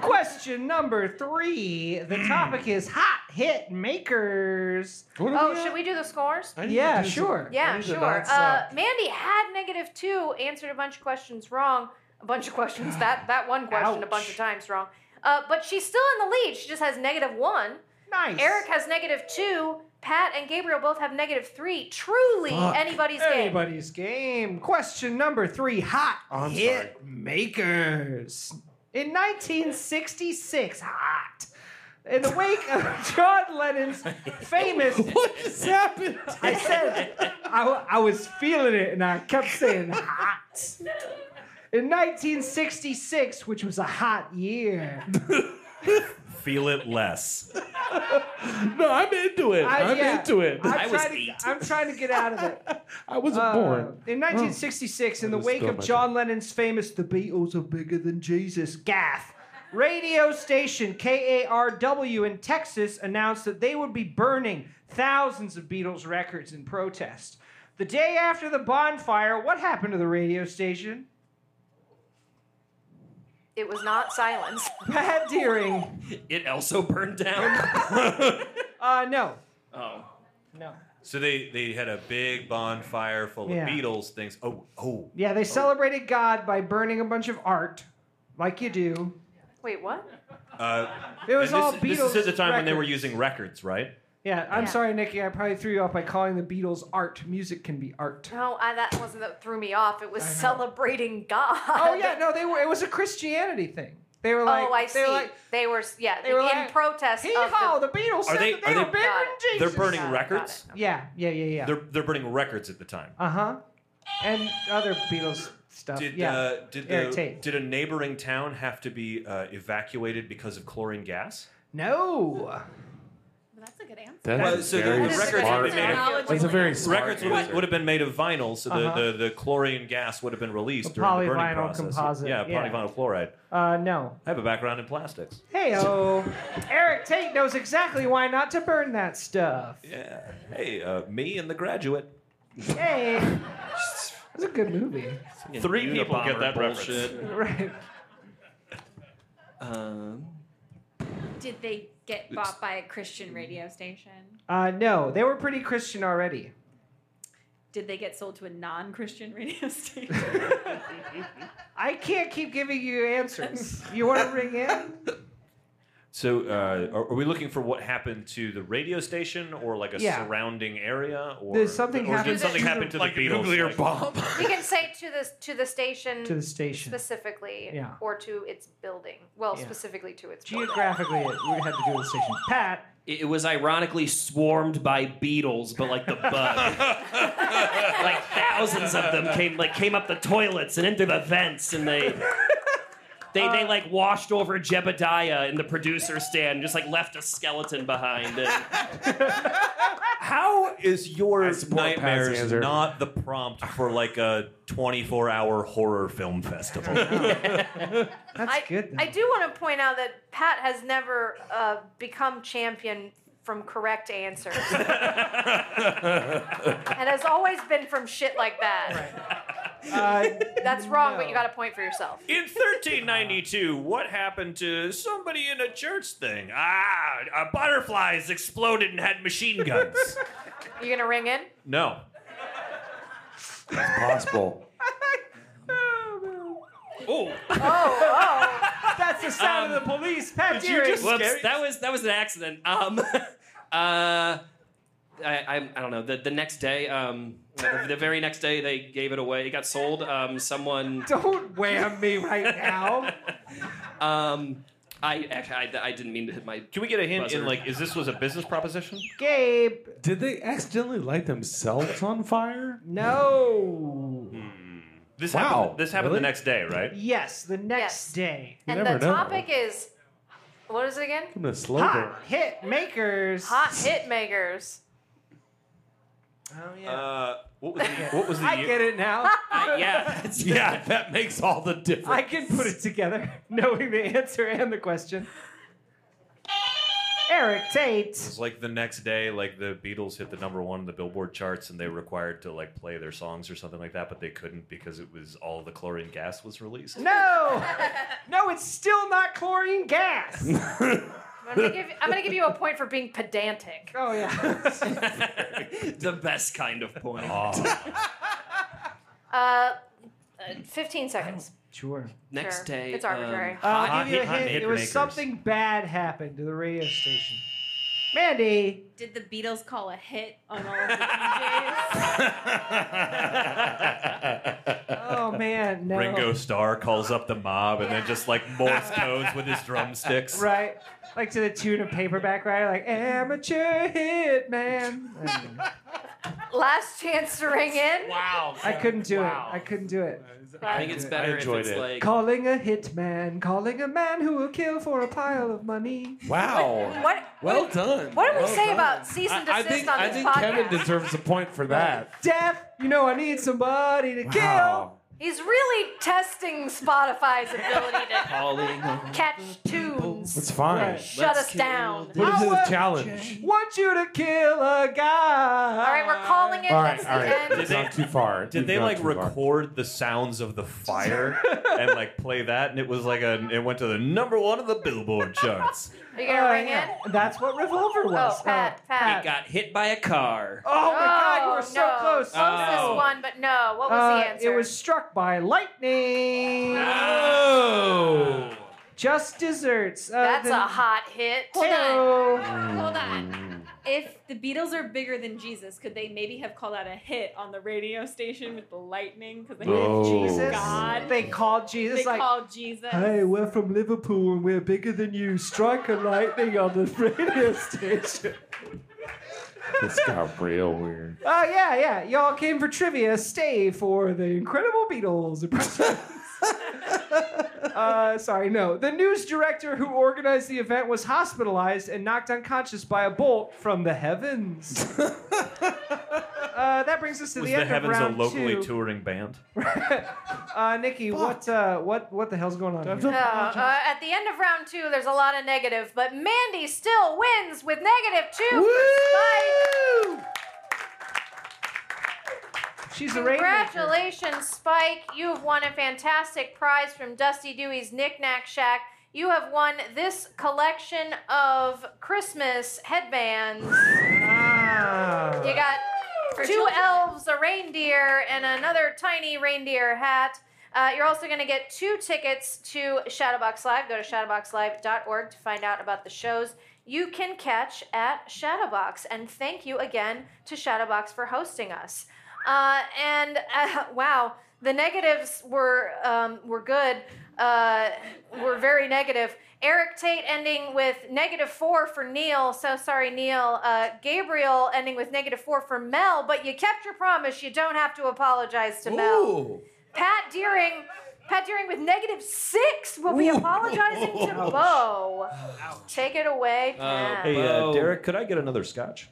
Speaker 1: Question number three. The topic is hot hit makers.
Speaker 4: What are
Speaker 2: Oh,
Speaker 4: at?
Speaker 2: should we do the scores?
Speaker 4: I need to
Speaker 1: Yeah,
Speaker 4: do some-
Speaker 1: sure.
Speaker 2: Yeah,
Speaker 4: I need to
Speaker 2: sure.
Speaker 4: not
Speaker 2: Uh,
Speaker 4: suck.
Speaker 2: Mandy had negative two, answered a bunch of questions wrong, a bunch
Speaker 1: *sighs*
Speaker 2: of questions that that one question a bunch of
Speaker 1: Ouch.
Speaker 2: times wrong. Uh, but she's still in the lead. She just has negative one.
Speaker 1: Nice.
Speaker 2: Eric has negative two. Pat and Gabriel both have negative three. Truly,
Speaker 4: Fuck.
Speaker 2: anybody's game.
Speaker 1: Anybody's game. Question number three. Hot
Speaker 4: I'm
Speaker 1: hit makers. In 1966, hot. In the wake
Speaker 4: *laughs*
Speaker 1: of John Lennon's famous
Speaker 4: What just happened?
Speaker 1: I said, I, wa- I was feeling it and I kept saying hot. In 1966, which was a hot year,
Speaker 6: Feel it less.
Speaker 4: *laughs* No, *laughs* I'm into it.
Speaker 1: I-
Speaker 4: I, am
Speaker 1: yeah.
Speaker 4: into it. I,
Speaker 1: I'm,
Speaker 7: I was
Speaker 1: trying to,
Speaker 7: eight.
Speaker 1: I'm trying to get out of it.
Speaker 4: wasn't
Speaker 1: Uh,
Speaker 4: born.
Speaker 1: In 1966, in
Speaker 4: I
Speaker 1: the
Speaker 4: just
Speaker 1: wake
Speaker 4: spilled
Speaker 1: of
Speaker 4: my
Speaker 1: John Lennon's famous The Beatles Are Bigger Than Jesus gaff, radio station KARW in Texas announced that they would be burning thousands of Beatles records in protest. The day after the bonfire, what happened to the radio station? *laughs*
Speaker 2: It was
Speaker 1: *laughs*
Speaker 2: not silence.
Speaker 1: Pat Deering.
Speaker 7: It also
Speaker 1: *laughs*
Speaker 7: burned down.
Speaker 1: Uh, no.
Speaker 7: oh,
Speaker 1: No.
Speaker 6: So they, they had a big bonfire full
Speaker 1: Yeah.
Speaker 6: of Beatles things. Oh, oh.
Speaker 1: Yeah, they celebrated God by burning a bunch of art, like you do.
Speaker 2: Wait, what?
Speaker 6: Uh,
Speaker 1: It was
Speaker 6: and
Speaker 1: all
Speaker 6: this,
Speaker 1: Beatles.
Speaker 6: This is at the time when they were
Speaker 1: records.
Speaker 6: using records, right?
Speaker 1: Yeah, I'm
Speaker 2: Yeah.
Speaker 1: sorry, Nikki. I probably threw you off by calling the Beatles art. Music can be art.
Speaker 2: No, I, that wasn't that threw me off. It was
Speaker 1: I know.
Speaker 2: celebrating God.
Speaker 1: Oh yeah, no, they were. It was a Christianity thing. They were like,
Speaker 2: oh, I
Speaker 1: they
Speaker 2: see.
Speaker 1: Were like,
Speaker 2: they were, yeah,
Speaker 1: they were
Speaker 2: in
Speaker 1: like,
Speaker 2: protest
Speaker 1: Hee
Speaker 2: of
Speaker 1: haw!
Speaker 2: the
Speaker 1: The Beatles said
Speaker 6: they-
Speaker 1: that
Speaker 6: are
Speaker 1: they
Speaker 6: they-
Speaker 1: were bigger
Speaker 2: Got
Speaker 1: than
Speaker 2: it.
Speaker 1: Jesus.
Speaker 6: They're burning
Speaker 2: Got it, got
Speaker 6: records.
Speaker 2: it.
Speaker 1: Yeah, yeah, yeah, yeah.
Speaker 6: They're they're burning records at the time.
Speaker 1: Uh huh. And other Beatles stuff.
Speaker 6: Did
Speaker 1: yeah.
Speaker 6: uh, did
Speaker 1: Eric
Speaker 6: the,
Speaker 1: Tate.
Speaker 6: did a neighboring town have to be uh, evacuated because of chlorine gas?
Speaker 1: no.
Speaker 5: Well, that's a good answer.
Speaker 4: That
Speaker 6: Well,
Speaker 4: is
Speaker 6: Uh, so the-
Speaker 4: very
Speaker 6: the records
Speaker 4: smart.
Speaker 6: would be made
Speaker 5: of-
Speaker 4: That's a very smart
Speaker 6: Records would, have-
Speaker 4: answer.
Speaker 6: would have been made of vinyl, so the,
Speaker 1: Uh-huh.
Speaker 6: the, the chlorine gas would have been released
Speaker 1: A
Speaker 6: during the burning
Speaker 1: polyvinyl
Speaker 6: process.
Speaker 1: composite,
Speaker 6: Yeah,
Speaker 1: yeah.
Speaker 6: polyvinyl chloride.
Speaker 1: Uh, no.
Speaker 6: I have a background in plastics.
Speaker 1: Hey, oh. Eric Tate knows exactly why not to burn that stuff.
Speaker 6: *laughs* Yeah. Hey, uh, me and the graduate.
Speaker 1: Hey. was a good movie. *laughs*
Speaker 6: Three people get that reference.
Speaker 7: bullshit.
Speaker 1: Right.
Speaker 7: Um,
Speaker 5: Did they get bought by a Christian radio station?
Speaker 1: Uh, no, they were pretty Christian already.
Speaker 5: Did they get sold to a
Speaker 1: *laughs*
Speaker 5: non-Christian radio station?
Speaker 1: I can't keep giving you answers. You want to ring in?
Speaker 6: So, uh, are, are we looking for what happened to the radio station, or like a
Speaker 1: Yeah.
Speaker 6: surrounding area, or
Speaker 1: There's something
Speaker 6: or
Speaker 1: happened
Speaker 6: did something
Speaker 1: to
Speaker 6: happen to
Speaker 8: like
Speaker 6: the
Speaker 8: a
Speaker 6: Beatles?
Speaker 8: nuclear
Speaker 6: Like-
Speaker 8: bomb.
Speaker 2: We can say to the to the station
Speaker 1: To the station.
Speaker 2: specifically,
Speaker 1: Yeah.
Speaker 2: or to its building. Well,
Speaker 1: Yeah.
Speaker 2: specifically to its building.
Speaker 1: Geographically, it we had to do with the station. Pat,
Speaker 7: it, it was ironically swarmed by beetles, but like the bug,
Speaker 1: *laughs*
Speaker 7: like thousands of them came like came up the toilets and into the vents, and they they they like washed over Jebediah in the producer stand, just like left a skeleton behind. And
Speaker 6: How is
Speaker 4: I
Speaker 6: your
Speaker 4: support Pat's
Speaker 6: nightmares
Speaker 4: answer.
Speaker 6: not the prompt for like a 24-hour horror film festival?
Speaker 1: that's
Speaker 2: I,
Speaker 1: good. Though.
Speaker 2: I do want to point out that Pat has never uh, become champion from correct
Speaker 6: *laughs*
Speaker 2: answers. and has always been from shit like that.
Speaker 1: uh,
Speaker 2: *laughs* That's wrong, but
Speaker 1: No. *laughs*
Speaker 2: you got a point for yourself.
Speaker 6: *laughs* In 1392, what happened to somebody in a church thing? Ah, uh, butterflies exploded and had machine guns.
Speaker 2: You gonna ring in?
Speaker 6: *laughs* no.
Speaker 4: It's possible.
Speaker 7: oh,
Speaker 2: Oh, oh.
Speaker 1: that's the sound of the police. Pat,
Speaker 6: Um, did you
Speaker 1: Deering.
Speaker 6: just-
Speaker 7: whoops,
Speaker 6: Scary.
Speaker 7: that was that was an accident. Um, *laughs* uh, I, I I don't know. The the next day, um, the, the very next day, they gave it away. It got sold. Um, someone.
Speaker 1: Don't wham me right now.
Speaker 7: Um, I actually I, I didn't mean to hit my.
Speaker 6: Can we get a hint
Speaker 7: Buzzer.
Speaker 6: in like, is this was a business proposition?
Speaker 1: Gabe,
Speaker 4: Did they accidentally light themselves on fire?
Speaker 1: no.
Speaker 6: Hmm. This
Speaker 4: Wow,
Speaker 6: happened. This happened
Speaker 4: really?
Speaker 6: the next day, right?
Speaker 1: Yes, the next
Speaker 2: Yes.
Speaker 1: day.
Speaker 2: And
Speaker 4: never
Speaker 2: the
Speaker 4: know.
Speaker 2: topic is what is it again?
Speaker 4: I'm gonna slow
Speaker 1: Hot hit makers.
Speaker 2: Hot hit makers.
Speaker 1: Oh yeah.
Speaker 6: Uh, what was the, what was the
Speaker 1: I
Speaker 6: year?
Speaker 1: get
Speaker 6: *laughs*
Speaker 1: it
Speaker 2: *laughs*
Speaker 1: now.
Speaker 7: I,
Speaker 4: *laughs*
Speaker 7: yeah, it's-
Speaker 4: Yeah, that makes all the difference.
Speaker 1: I can put it together, *laughs* knowing the answer and the question. Eric Tate.
Speaker 6: It's like the next day, like the Beatles hit the number one in the Billboard charts, and they were required to like play their songs or something like that, but they couldn't because it was all the chlorine gas was released. *laughs*
Speaker 1: No, no, it's still not chlorine gas.
Speaker 7: *laughs*
Speaker 2: I'm gonna give I'm gonna give you a point for being pedantic.
Speaker 1: Oh yeah.
Speaker 7: *laughs* *laughs* the best kind of point.
Speaker 6: *laughs*
Speaker 2: Uh, uh, 15 seconds.
Speaker 1: Sure.
Speaker 7: Next
Speaker 2: Sure.
Speaker 7: day,
Speaker 2: It's arbitrary.
Speaker 7: um,
Speaker 1: Uh, I'll
Speaker 6: Hot
Speaker 1: give you a
Speaker 6: hit- hot
Speaker 1: hint.
Speaker 6: hit
Speaker 1: It was
Speaker 6: makers.
Speaker 1: something bad happened to the radio station. Mandy.
Speaker 5: Did the Beatles call a hit on all of the DJs?
Speaker 6: *laughs*
Speaker 1: Oh man, no.
Speaker 6: Ringo Starr calls up the mob and then just like *laughs* Morse codes with his drumsticks.
Speaker 1: Right. Like to the tune of paperback writer, like amateur hit man. I don't know.
Speaker 2: Last chance to ring in.
Speaker 8: Wow.
Speaker 1: I couldn't do
Speaker 8: Wow.
Speaker 1: it. I couldn't do it.
Speaker 7: I think it's better if
Speaker 4: enjoyed
Speaker 7: it's
Speaker 4: it.
Speaker 7: like
Speaker 1: Calling a hitman, calling a man who will kill for a pile of money.
Speaker 4: Wow.
Speaker 2: What
Speaker 4: Well done.
Speaker 2: what do we
Speaker 4: Well
Speaker 2: say
Speaker 4: done.
Speaker 2: about cease and
Speaker 4: I, I
Speaker 2: desist
Speaker 4: think,
Speaker 2: on
Speaker 4: I
Speaker 2: this
Speaker 4: think
Speaker 2: podcast?
Speaker 4: Kevin deserves a point for that.
Speaker 1: Death, you know I need somebody to
Speaker 4: Wow.
Speaker 2: He's really testing Spotify's ability to
Speaker 4: *laughs*
Speaker 7: calling.
Speaker 2: catch tunes.
Speaker 4: It's fine.
Speaker 1: Right.
Speaker 2: Shut
Speaker 7: Let's
Speaker 2: us down.
Speaker 7: kill
Speaker 4: Put it to the
Speaker 1: Our
Speaker 4: challenge.
Speaker 1: kill. Want you to kill a guy.
Speaker 2: All right, we're calling it.
Speaker 4: All right,
Speaker 2: That's
Speaker 4: all right.
Speaker 2: the end.
Speaker 4: It's not too far.
Speaker 6: Did
Speaker 4: We've
Speaker 6: they
Speaker 4: gone
Speaker 6: like
Speaker 4: too far.
Speaker 6: record the sounds *laughs* of the fire and like play that? And it was like a it went to the number one of the Billboard *laughs* charts.
Speaker 2: Are you gonna
Speaker 1: Oh,
Speaker 2: ring
Speaker 1: yeah.
Speaker 2: in?
Speaker 1: That's what Revolver was.
Speaker 2: Oh, Pat,
Speaker 1: Uh,
Speaker 2: Pat.
Speaker 7: It got hit by a car.
Speaker 1: Oh my God, you
Speaker 2: Oh,
Speaker 1: were so
Speaker 2: no.
Speaker 1: close.
Speaker 2: Closest
Speaker 7: Oh.
Speaker 2: one, but no. What was
Speaker 1: Uh,
Speaker 2: the answer?
Speaker 1: It was struck by lightning.
Speaker 7: Oh.
Speaker 1: Just desserts. Uh,
Speaker 2: That's
Speaker 1: the-
Speaker 2: a hot hit.
Speaker 5: Hold
Speaker 1: Hey-o.
Speaker 5: on. Hold
Speaker 1: Mm-hmm.
Speaker 5: on. If the Beatles are bigger than Jesus, could they maybe have called out a hit on the radio station with the lightning? Because they
Speaker 4: Oh.
Speaker 5: had
Speaker 1: Jesus.
Speaker 5: God.
Speaker 1: They called Jesus
Speaker 5: They
Speaker 1: like,
Speaker 5: called Jesus.
Speaker 1: hey,
Speaker 5: *laughs*
Speaker 1: we're from Liverpool and we're bigger than you. Strike a lightning on the radio station.
Speaker 4: This got
Speaker 6: *laughs*
Speaker 4: real weird.
Speaker 1: *laughs* Oh, yeah, yeah. Y'all came for trivia. Stay for the Incredible Beatles. *laughs* uh, sorry, no. The news director who organized the event was hospitalized and knocked unconscious by a bolt from the heavens. *laughs* uh, that brings us to
Speaker 6: Was
Speaker 1: the
Speaker 6: the
Speaker 1: end of
Speaker 6: Heavens a
Speaker 1: round
Speaker 6: locally
Speaker 1: two.
Speaker 6: touring band?
Speaker 1: uh, Nikki, what, uh, what, what the hell's going on? here?
Speaker 2: No, uh, at the end of round two, there's a lot of negative, but Mandy still wins with negative two. for Spike.
Speaker 1: She's the rainmaker.
Speaker 2: Congratulations, Spike. You have won a fantastic prize from Dusty Dewey's Knickknack Shack. You have won this collection of Christmas headbands.
Speaker 1: Ah.
Speaker 2: You got two
Speaker 5: children.
Speaker 2: elves, a reindeer, and another tiny reindeer hat. Uh, you're also going to get two tickets to Shadowbox Live. Go to shadowboxlive.org to find out about the shows you can catch at Shadowbox. And thank you again to Shadowbox for hosting us. Uh, and uh, *laughs* wow, the negatives were um, were good. Uh, were very negative. Eric Tate ending with negative four for Neil. So sorry, Neil. Uh, Gabriel ending with negative four for Mel. But you kept your promise. You don't have to apologize to Mel.
Speaker 8: Ooh.
Speaker 2: Pat Deering. Pat Deering with negative six will be apologizing to Bo. Take it away, Pat.
Speaker 3: hey, uh, Derek,
Speaker 6: could I get another scotch?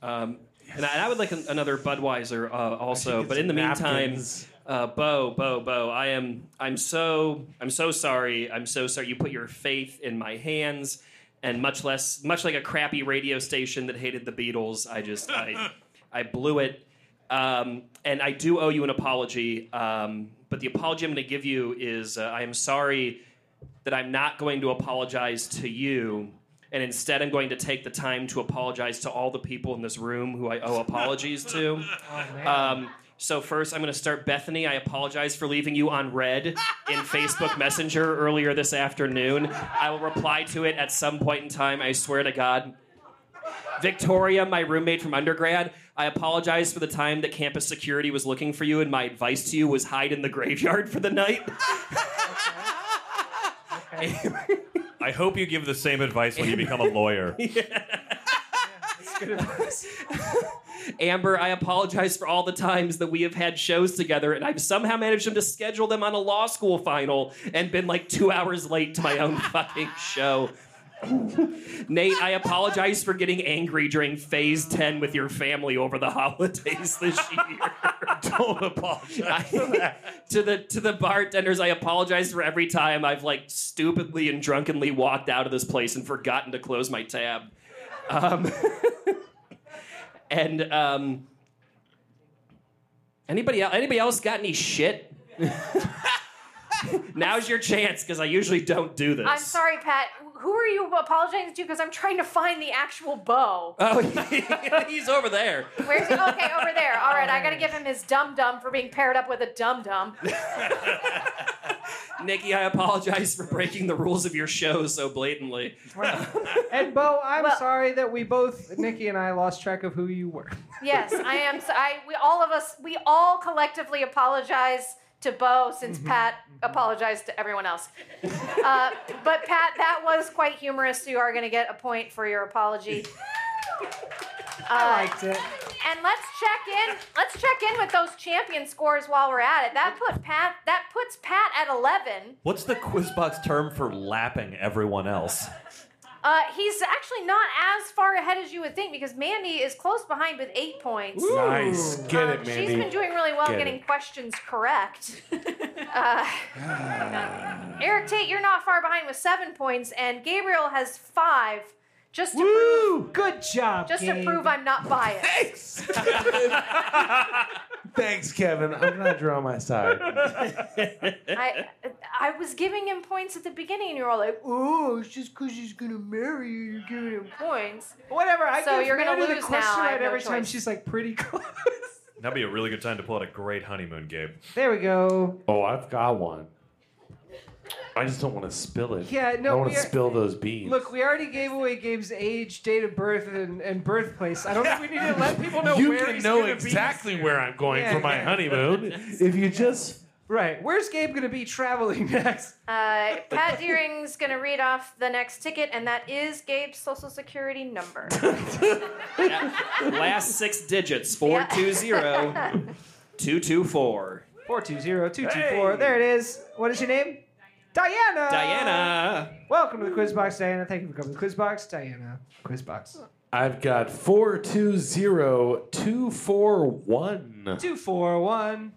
Speaker 7: Um, and, I, and I would like an, another Budweiser uh, also.
Speaker 4: get
Speaker 7: But in the
Speaker 4: some
Speaker 7: meantime,
Speaker 4: napkins.
Speaker 7: uh, Bo, Bo, Bo, I am I'm so I'm so sorry. I'm so sorry. You put your faith in my hands, and much less much like a crappy radio station that hated the Beatles. I just I I blew it. Um, and I do owe you an apology. Um, but the apology I'm going to give you is uh, I am sorry that I'm not going to apologize to you, and instead I'm going to take the time to apologize to all the people in this room who I owe apologies to. um, so first, I'm going to start Bethany. I apologize for leaving you on red in Facebook Messenger earlier this afternoon. I will reply to it at some point in time. I swear to God. Victoria, my roommate from undergrad, I apologize for the time that campus security was looking for you, and my advice to you was hide in the graveyard for the night. *laughs*
Speaker 6: I hope you give the same advice when you become a lawyer.
Speaker 7: Amber, I apologize for all the times that we have had shows together, and I've somehow managed them to schedule them on a law school final and been like two hours late to my own *laughs* fucking show. Nate, I apologize for getting angry during phase 10 with your family over the holidays this year.
Speaker 6: *laughs* Don't apologize.
Speaker 7: I- to the to the bartenders, I apologize for every time I've like stupidly and drunkenly walked out of this place and forgotten to close my tab. Um, *laughs* and um, anybody else, anybody else got any shit? *laughs* Now's your chance because I usually don't do this.
Speaker 2: I'm sorry, Pat. Who are you apologizing to? Because I'm trying to find the actual Bo.
Speaker 7: Oh, *laughs* he's over there.
Speaker 2: Where's he? Okay, over there. All right, I gotta give him his dum dum for being paired up with a dum dum.
Speaker 7: Nikki, I apologize for breaking the rules of your show so blatantly.
Speaker 1: And Bo, I'm
Speaker 2: Well-
Speaker 1: sorry that we both, Nikki and I, lost track of who you were. *laughs*
Speaker 2: Yes, I am. So I we all of us we all collectively apologize to Bo since
Speaker 1: Mm-hmm.
Speaker 2: Pat apologized to everyone else. Uh, but Pat, that was quite humorous. So you are gonna get a point for your
Speaker 1: *laughs*
Speaker 2: apology.
Speaker 1: I
Speaker 2: Uh,
Speaker 1: liked it.
Speaker 2: and let's check in. Let's check in with those champion scores while we're at it. That put Pat. That puts Pat at eleven.
Speaker 6: What's the Quizbox term for lapping everyone else?
Speaker 2: Uh, he's actually not as far ahead as you would think because Mandy is close behind with eight points.
Speaker 4: Nice. Get
Speaker 2: Um,
Speaker 4: it,
Speaker 2: she's been
Speaker 4: Mandy.
Speaker 2: doing really well
Speaker 4: Get
Speaker 2: getting
Speaker 4: it.
Speaker 2: questions correct.
Speaker 4: *sighs*
Speaker 2: uh, Eric Tate, you're not far behind with seven points, and Gabriel has five. Just to prove,
Speaker 1: Woo! Good job.
Speaker 2: just to
Speaker 1: Gabe.
Speaker 2: prove I'm not biased.
Speaker 4: Thanks, Kevin. Thanks, Kevin. I'm glad you're on my
Speaker 2: *laughs*
Speaker 4: side.
Speaker 2: I I was giving him points at the beginning, and you're all like, "Oh, it's just because he's gonna marry you, you're giving him points."
Speaker 1: Whatever. I
Speaker 2: So
Speaker 1: give
Speaker 2: you're gonna
Speaker 1: Mandy the
Speaker 2: lose
Speaker 1: question
Speaker 2: now, I
Speaker 1: right
Speaker 2: have no
Speaker 1: every time
Speaker 2: choice.
Speaker 1: she's like pretty close. *laughs*
Speaker 6: That'd be a really good time to pull out a great honeymoon, Gabe.
Speaker 1: there we go.
Speaker 4: Oh, I've got one. I just don't want to spill it.
Speaker 1: Yeah, no,
Speaker 4: I want
Speaker 1: we
Speaker 4: to
Speaker 1: are-
Speaker 4: spill those beans.
Speaker 1: Look, we already gave away Gabe's age, date of birth, and, and birthplace. I don't think we need to
Speaker 4: *laughs*
Speaker 1: let people know
Speaker 4: you
Speaker 1: where
Speaker 4: can
Speaker 1: he's
Speaker 4: know
Speaker 1: gonna
Speaker 4: exactly where I'm going
Speaker 1: Yeah,
Speaker 4: for my
Speaker 1: yeah. *laughs*
Speaker 4: honeymoon if you just
Speaker 1: be. Right. Where's Gabe gonna be traveling *laughs* next?
Speaker 4: *laughs*
Speaker 2: Uh, Pat Deering's gonna read off the next ticket, and that is Gabe's social security
Speaker 4: *laughs*
Speaker 2: number.
Speaker 7: Last six digits 420 224.
Speaker 1: Four two zero two two four. There it is. What is your name? Diana.
Speaker 7: Diana.
Speaker 1: Welcome to the Quiz Box, Diana. Thank you for coming to the Quiz Box, Diana. Quiz Box.
Speaker 4: I've got four two zero two four one.
Speaker 1: Two four one.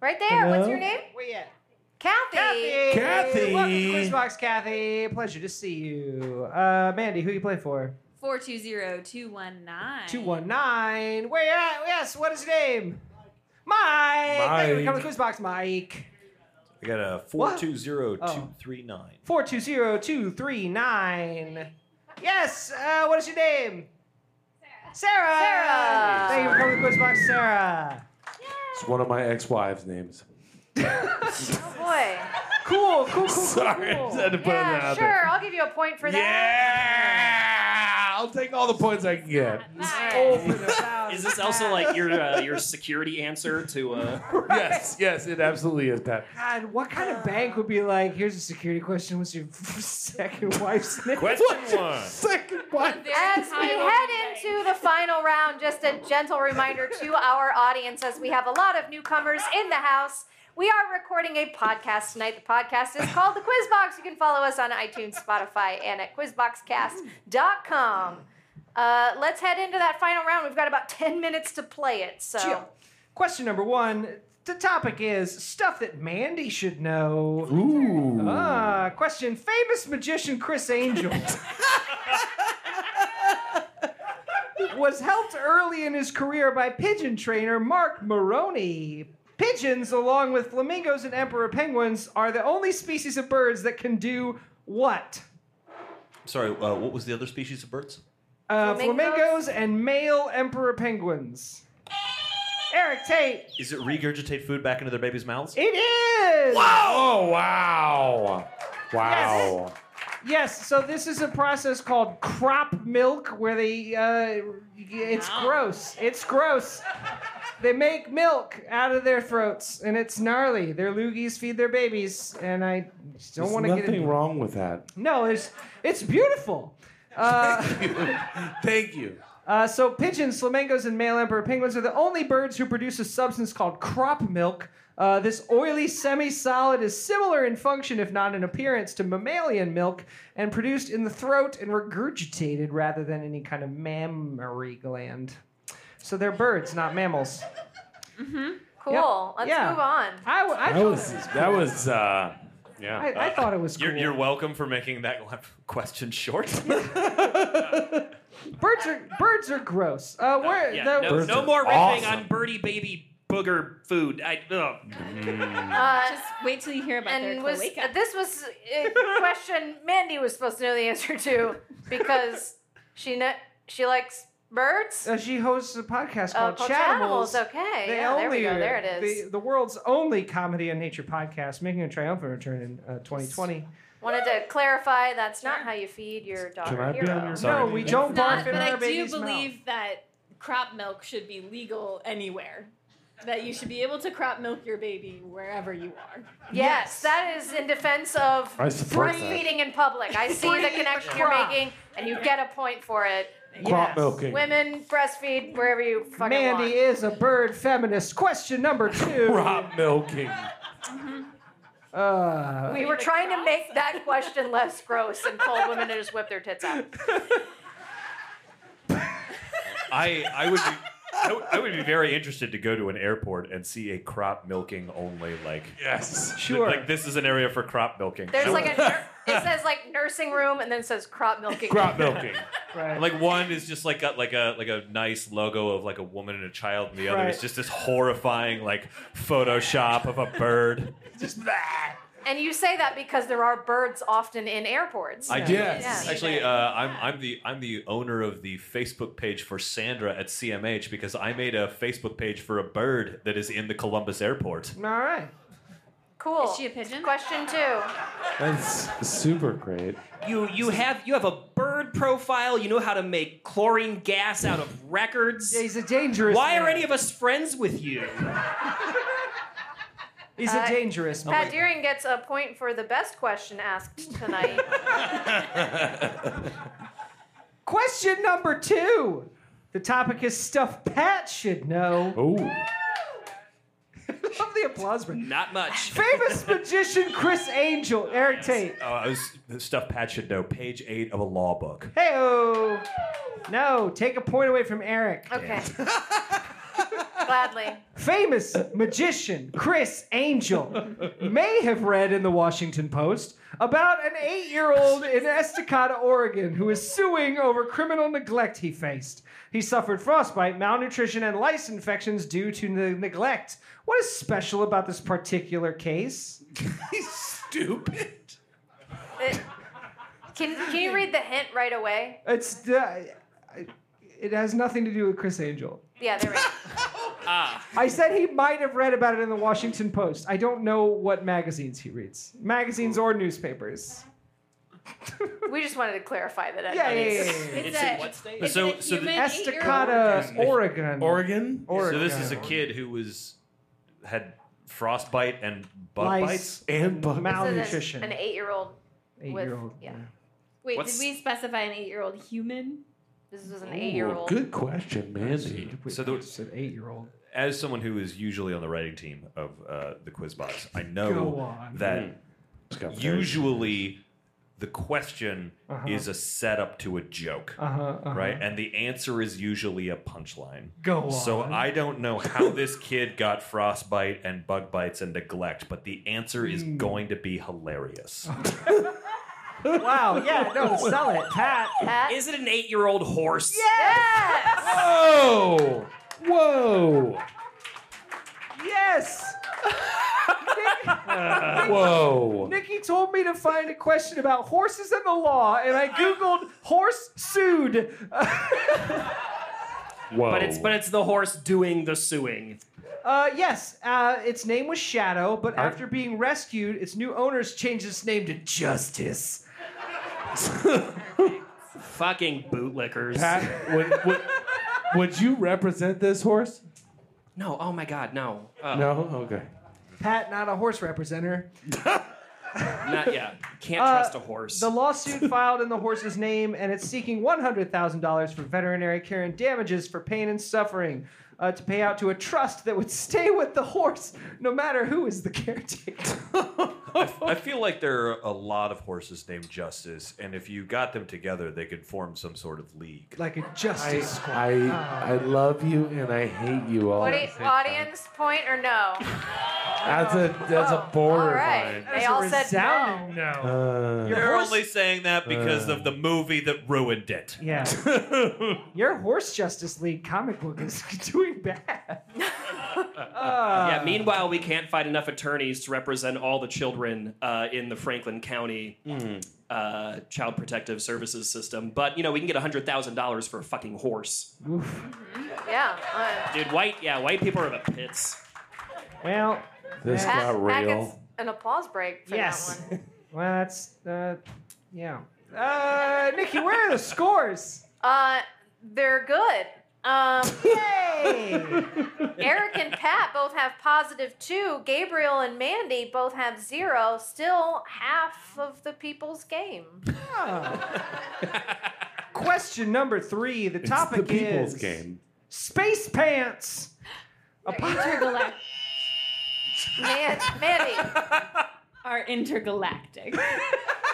Speaker 2: Right there. What's
Speaker 4: Hello?
Speaker 2: your name?
Speaker 1: Where you at?
Speaker 2: Kathy.
Speaker 1: Kathy.
Speaker 4: Kathy.
Speaker 1: Welcome to the Quiz Box, Kathy. Pleasure to see you. Uh, Mandy, who you play for?
Speaker 5: 420-219.
Speaker 1: 219. Where you at? Yes, what is your name? Mike. Thank you for coming to the quiz box, Mike.
Speaker 6: I got a four
Speaker 1: What?
Speaker 6: two zero two three nine.
Speaker 1: 420239. Yes, uh, what is your name? Sarah.
Speaker 2: Sarah.
Speaker 1: Thank you for coming to the quiz box, Sarah.
Speaker 4: It's one of my ex-wives' names.
Speaker 2: Oh boy.
Speaker 1: Cool, cool, cool,
Speaker 4: *laughs* Sorry,
Speaker 1: cool.
Speaker 4: I
Speaker 1: cool.
Speaker 4: had to put it
Speaker 2: Yeah,
Speaker 4: out
Speaker 2: sure. I'll give you a point for
Speaker 4: there.
Speaker 2: that.
Speaker 4: Yeah, I'll take all the points I can
Speaker 1: *laughs*
Speaker 4: get.
Speaker 1: Open about
Speaker 7: Is this also like your uh, your security answer to? Uh...
Speaker 4: Yes, yes, it absolutely is that.
Speaker 1: God, what kind of bank would be like, here's a security question, what's your second wife's name?
Speaker 6: Question one.
Speaker 4: Second wife.
Speaker 2: As we head into the final round, just a gentle reminder to our audience as we have a lot of newcomers in the house. We are recording a podcast tonight. The podcast is called The Quiz Box. You can follow us on iTunes, Spotify, and at quizboxcast.com. Uh, let's head into that final round. We've got about 10 minutes to play it. So,
Speaker 1: Chill. Question number one. The topic is stuff that Mandy should know.
Speaker 4: Ooh.
Speaker 1: Ah, question. Famous magician Chris Angel was helped early in his career by pigeon trainer Mark Maroney. Pigeons, along with flamingos and emperor penguins, are the only species of birds that can do what?
Speaker 6: Sorry, uh, what was the other species of birds?
Speaker 1: Uh,
Speaker 2: Flamingos?
Speaker 1: flamingos and male emperor penguins. Eric Tate,
Speaker 6: Is it regurgitate food back into their babies' mouths?
Speaker 1: it is!
Speaker 4: Oh wow! Wow.
Speaker 1: Yes, so this is a process called crop milk where they uh, it's gross. It's gross. They make milk out of their throats and it's gnarly. Their loogies feed their babies and I just don't
Speaker 4: There's
Speaker 1: want to
Speaker 4: nothing
Speaker 1: get into
Speaker 4: wrong with that.
Speaker 1: No, it's it's beautiful. Uh,
Speaker 4: *laughs* Thank you.
Speaker 1: uh, so pigeons, flamingos, and male emperor penguins are the only birds who produce a substance called crop milk. Uh, this oily semi-solid is similar in function, if not in appearance, to mammalian milk, and produced in the throat and regurgitated rather than any kind of mammary gland. So they're birds, not mammals.
Speaker 2: cool. Let's
Speaker 1: Yeah.
Speaker 2: move on.
Speaker 1: I, w- I
Speaker 4: That
Speaker 1: thought
Speaker 4: was
Speaker 1: it was
Speaker 4: that was uh yeah.
Speaker 1: I, I thought it was cool.
Speaker 6: You're, you're welcome for making that question *laughs* short.
Speaker 1: Birds are birds are gross. Uh, where
Speaker 7: Yeah,
Speaker 1: the,
Speaker 7: no,
Speaker 4: Birds
Speaker 7: no
Speaker 4: are
Speaker 7: more riffing
Speaker 4: awesome.
Speaker 7: on birdie baby booger food. I, ugh.
Speaker 4: mm,
Speaker 2: Uh,
Speaker 5: Just wait till you hear about their
Speaker 2: and was
Speaker 5: cloaca.
Speaker 2: this was a
Speaker 4: *laughs*
Speaker 2: question Mandy was supposed to know the answer to because she kn- she likes birds.
Speaker 1: uh, she hosts a podcast
Speaker 2: Oh,
Speaker 1: called Chatimals.
Speaker 2: Okay,
Speaker 1: They
Speaker 2: yeah, there we go.
Speaker 1: only-
Speaker 2: There it is.
Speaker 1: The, the world's only comedy and nature podcast, making a triumphant return in uh, 2020.
Speaker 2: Wanted to clarify that's not how you feed your dog.
Speaker 4: Can I be
Speaker 2: hero.
Speaker 4: on your
Speaker 6: Sorry.
Speaker 1: No, we
Speaker 4: It's
Speaker 1: don't barf
Speaker 5: Not,
Speaker 1: in
Speaker 5: but
Speaker 1: our
Speaker 5: I do
Speaker 1: baby's
Speaker 5: believe
Speaker 1: mouth.
Speaker 5: that crop milk should be legal anywhere. That you should be able to crop milk your baby wherever you are.
Speaker 2: Yes, that is in defense of free
Speaker 4: I support that.
Speaker 2: feeding in public. I see the connection you're making, and you get a point for it.
Speaker 4: Crop
Speaker 1: Yes.
Speaker 4: milking.
Speaker 2: Women breastfeed wherever you fucking
Speaker 1: Mandy
Speaker 2: want.
Speaker 1: is a bird feminist. Question
Speaker 2: *laughs*
Speaker 1: number two.
Speaker 4: Crop milking.
Speaker 1: Uh,
Speaker 2: We were trying to make that question less gross and told women to just whip their tits out.
Speaker 6: I I would be I would- I would be very interested to go to an airport and see a crop milking only like
Speaker 4: Yes.
Speaker 1: sure.
Speaker 6: like this is an area for crop milking.
Speaker 2: There's like
Speaker 6: *laughs*
Speaker 2: a nur- it says like nursing room and then it says crop milking.
Speaker 4: Crop milking.
Speaker 1: right.
Speaker 6: like one is just like got like a like a nice logo of like a woman and a child, and the other is
Speaker 1: Right.
Speaker 6: just this horrifying like Photoshop of a bird.
Speaker 4: Just that.
Speaker 2: And you say that because there are birds often in airports.
Speaker 6: I
Speaker 1: Yeah.
Speaker 6: do.
Speaker 4: Yes.
Speaker 2: Yeah.
Speaker 6: Actually, uh, I'm I'm the I'm the owner of the Facebook page for Sandra at CMH because I made a Facebook page for a bird that is in the Columbus airport.
Speaker 1: All right.
Speaker 2: cool.
Speaker 5: Is she a pigeon?
Speaker 2: Question two.
Speaker 4: That's super great.
Speaker 7: You you have you have a bird profile. You know how to make chlorine gas out of records.
Speaker 1: He's a dangerous
Speaker 7: Why
Speaker 1: man.
Speaker 7: are any of us friends with you?
Speaker 1: He's
Speaker 2: Uh,
Speaker 1: a dangerous man.
Speaker 2: Pat Deering gets a point for the best question asked tonight.
Speaker 1: Question number two. The topic is stuff Pat should know.
Speaker 4: Oh.
Speaker 6: Uh,
Speaker 1: Love the applause break.
Speaker 7: Not much.
Speaker 1: Famous magician Chris Angel, Eric Tate.
Speaker 6: Uh, I was, stuff Pat should know. Page eight of a law book.
Speaker 1: Hey, no, take a point away from Eric.
Speaker 2: Okay. Gladly.
Speaker 1: Famous magician Chris Angel may have read in the Washington Post about an eight year old in Estacada, Oregon, who is suing over criminal neglect he faced. He suffered frostbite, malnutrition, and lice infections due to the neglect. What is special about this particular case?
Speaker 8: He's stupid.
Speaker 2: It- Uh, can, can you read the hint right away?
Speaker 1: It's. Uh, it has nothing to do with Chris Angel.
Speaker 2: Yeah, there we go.
Speaker 7: Ah.
Speaker 1: I said he might have read about it in the Washington Post. I don't know what magazines he reads, magazines or newspapers.
Speaker 2: We just wanted to clarify that.
Speaker 1: Yeah, yeah, yeah. yeah, yeah.
Speaker 5: It's,
Speaker 7: It's in
Speaker 5: a,
Speaker 7: what state?
Speaker 5: It's
Speaker 6: So-
Speaker 5: a
Speaker 6: so the-
Speaker 5: human eight-year-old.
Speaker 1: Estacada, Oregon.
Speaker 4: Oregon.
Speaker 6: So
Speaker 1: Oregon.
Speaker 6: this is a kid who was had frostbite and bug
Speaker 1: Lice.
Speaker 6: bites.
Speaker 4: And bug
Speaker 1: Mal-
Speaker 2: This
Speaker 1: *laughs*
Speaker 2: is
Speaker 1: Malnutrition.
Speaker 2: An eight-year-old.
Speaker 1: Eight-year-old.
Speaker 2: with- yeah.
Speaker 5: Wait,
Speaker 7: What's-
Speaker 5: did we specify an eight-year-old human?
Speaker 2: This was an
Speaker 4: Ooh,
Speaker 2: eight-year-old.
Speaker 4: Good question, Mandy.
Speaker 6: So there-
Speaker 1: it's an eight-year-old.
Speaker 6: As someone who is usually on the writing team of uh, the quiz box, I
Speaker 1: Go
Speaker 6: know
Speaker 1: on.
Speaker 6: Oh, that
Speaker 4: Hmm. It's got very-
Speaker 6: usually the question is a setup to a joke,
Speaker 1: Uh-huh, uh-huh.
Speaker 6: right? And the answer is usually a punchline.
Speaker 1: Go on.
Speaker 6: So I don't know how this kid got frostbite and bug bites and neglect, but the answer is
Speaker 1: Hmm.
Speaker 6: going to
Speaker 1: *laughs*
Speaker 6: be hilarious.
Speaker 1: Wow. Yeah.
Speaker 6: *laughs*
Speaker 1: No. Sell it, Pat.
Speaker 2: Pat?
Speaker 7: Is it an eight-year-old horse?
Speaker 2: Yes! *laughs*
Speaker 6: Oh!
Speaker 4: Whoa! Whoa!
Speaker 1: Yes.
Speaker 4: Whoa!
Speaker 1: Nikki told me to find a question about horses and the law, and I googled horse sued. *laughs*
Speaker 4: Whoa!
Speaker 7: But it's but it's the horse doing the suing.
Speaker 1: Uh, yes, uh, its name was Shadow, but after being rescued, its new owners changed its name to Justice.
Speaker 7: Fucking bootlickers.
Speaker 4: *laughs* Pat, would, would, would you represent this horse?
Speaker 7: No, oh my god, no. Uh,
Speaker 4: No? Okay.
Speaker 1: Pat, not a horse representer.
Speaker 7: Not yet. Can't
Speaker 1: Uh,
Speaker 7: trust a horse.
Speaker 1: The
Speaker 4: *laughs*
Speaker 1: lawsuit filed in the horse's name, and it's seeking $100,000 for veterinary care and damages for pain and suffering uh, to pay out to a trust that would stay with the horse no matter who is the
Speaker 4: *laughs*
Speaker 1: caretaker.
Speaker 6: I feel like there are a lot of horses named Justice, and if you got them together, they could form some sort of league.
Speaker 1: like a justice squad.
Speaker 4: I I love you and I hate you all.
Speaker 2: What
Speaker 4: at
Speaker 2: do you-
Speaker 4: the same time.
Speaker 2: audience point or no?
Speaker 4: That's a that's a
Speaker 2: Oh,
Speaker 4: borderline.
Speaker 2: All right. They all said no.
Speaker 1: no.
Speaker 4: Uh,
Speaker 1: Your
Speaker 6: They're
Speaker 1: horse-
Speaker 6: only saying that because
Speaker 4: Uh.
Speaker 6: of the movie that ruined it.
Speaker 1: Yeah. Your Horse Justice League comic book is *laughs* doing bad.
Speaker 7: *laughs* *laughs*
Speaker 1: Uh,
Speaker 7: yeah, meanwhile, we can't find enough attorneys to represent all the children uh, in the Franklin County uh, Child Protective Services system. But, you know, we can get $100,000 for a fucking horse.
Speaker 2: Yeah.
Speaker 4: *laughs*
Speaker 2: uh,
Speaker 7: Dude, white, yeah, white people are the pits.
Speaker 1: Well,
Speaker 4: this
Speaker 1: Pat-
Speaker 4: got
Speaker 2: Pat
Speaker 4: real.
Speaker 2: gets an applause break for
Speaker 1: yes.
Speaker 2: that one.
Speaker 1: *laughs* Well, that's, uh, yeah. Uh, Nikki, where are the scores?
Speaker 2: Uh, they're good.
Speaker 4: *laughs*
Speaker 2: Um,
Speaker 1: *laughs* Yay!
Speaker 2: Eric and Pat both have positive two. Gabriel and Mandy both have zero. Still half of the people's game.
Speaker 1: Oh. Question number three. The
Speaker 4: It's
Speaker 1: topic
Speaker 4: the people's
Speaker 1: is
Speaker 4: game.
Speaker 1: space pants. A po-
Speaker 5: Intergalact-
Speaker 2: Man- Mandy,
Speaker 5: are intergalactic.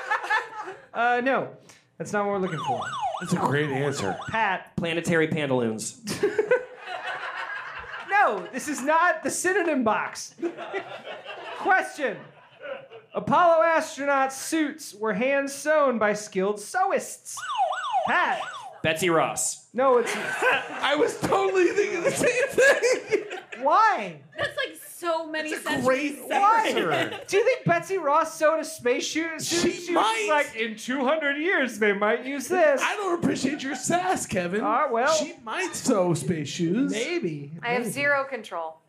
Speaker 1: *laughs* uh, no, that's not what we're looking for.
Speaker 4: That's a great answer.
Speaker 1: Pat.
Speaker 7: Planetary pantaloons.
Speaker 1: No, this is not the synonym box. *laughs* Question. Apollo astronauts' suits were hand sewn by skilled sewists. Pat.
Speaker 7: Betsy Ross.
Speaker 1: No, it's
Speaker 4: I was totally thinking the same thing.
Speaker 1: why?
Speaker 5: That's like so many centuries.
Speaker 4: Great
Speaker 1: Why? Do you think Betsy Ross sewed a space shoe-
Speaker 4: She
Speaker 1: suit? was
Speaker 4: might.
Speaker 1: like in 200 years they might use this.
Speaker 4: I don't appreciate your sass, Kevin.
Speaker 1: Ah, well.
Speaker 4: she might sew space shoes.
Speaker 1: Maybe.
Speaker 2: I have zero control.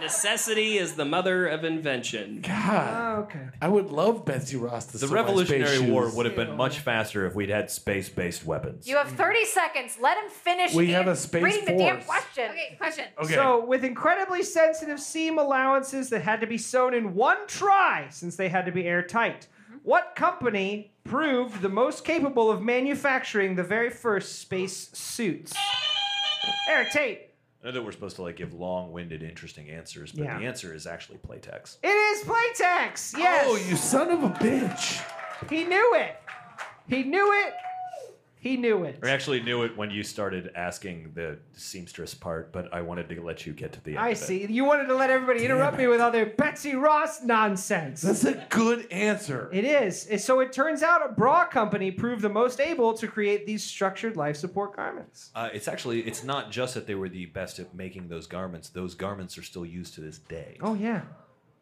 Speaker 7: Necessity is the mother of invention.
Speaker 4: God,
Speaker 1: Oh, okay.
Speaker 4: I would love Betsy Ross to
Speaker 6: The
Speaker 4: sew my
Speaker 6: Revolutionary
Speaker 4: space
Speaker 6: War
Speaker 4: shoes.
Speaker 6: would have been much faster if we'd had space based weapons.
Speaker 2: You have 30 seconds. Let him finish
Speaker 4: We have
Speaker 2: an-
Speaker 4: a space
Speaker 2: reading the damn
Speaker 4: force.
Speaker 2: question.
Speaker 5: Okay, question.
Speaker 4: Okay.
Speaker 1: So, with incredibly sensitive seam allowances that had to be sewn in one try since they had to be airtight, what company proved the most capable of manufacturing the very first space suits? Eric Tate.
Speaker 6: I know that we're supposed to like give long winded, interesting answers, but
Speaker 1: Yeah.
Speaker 6: the answer is actually Playtex.
Speaker 1: It is Playtex. Yes.
Speaker 4: Oh, you son of a bitch!
Speaker 1: He knew it. He knew it. He knew it.
Speaker 6: I actually knew it when you started asking the seamstress part, but I wanted to let you get to the end.
Speaker 1: I
Speaker 6: of it.
Speaker 1: see. You wanted to let everybody interrupt me with all their Betsy Ross
Speaker 4: *laughs*
Speaker 1: nonsense.
Speaker 4: That's a good answer.
Speaker 1: It is. And So it turns out a bra company proved the most able to create these structured life support garments.
Speaker 6: Uh, it's actually it's not just that they were the best at making those garments. Those garments are still used to this day.
Speaker 1: Oh yeah.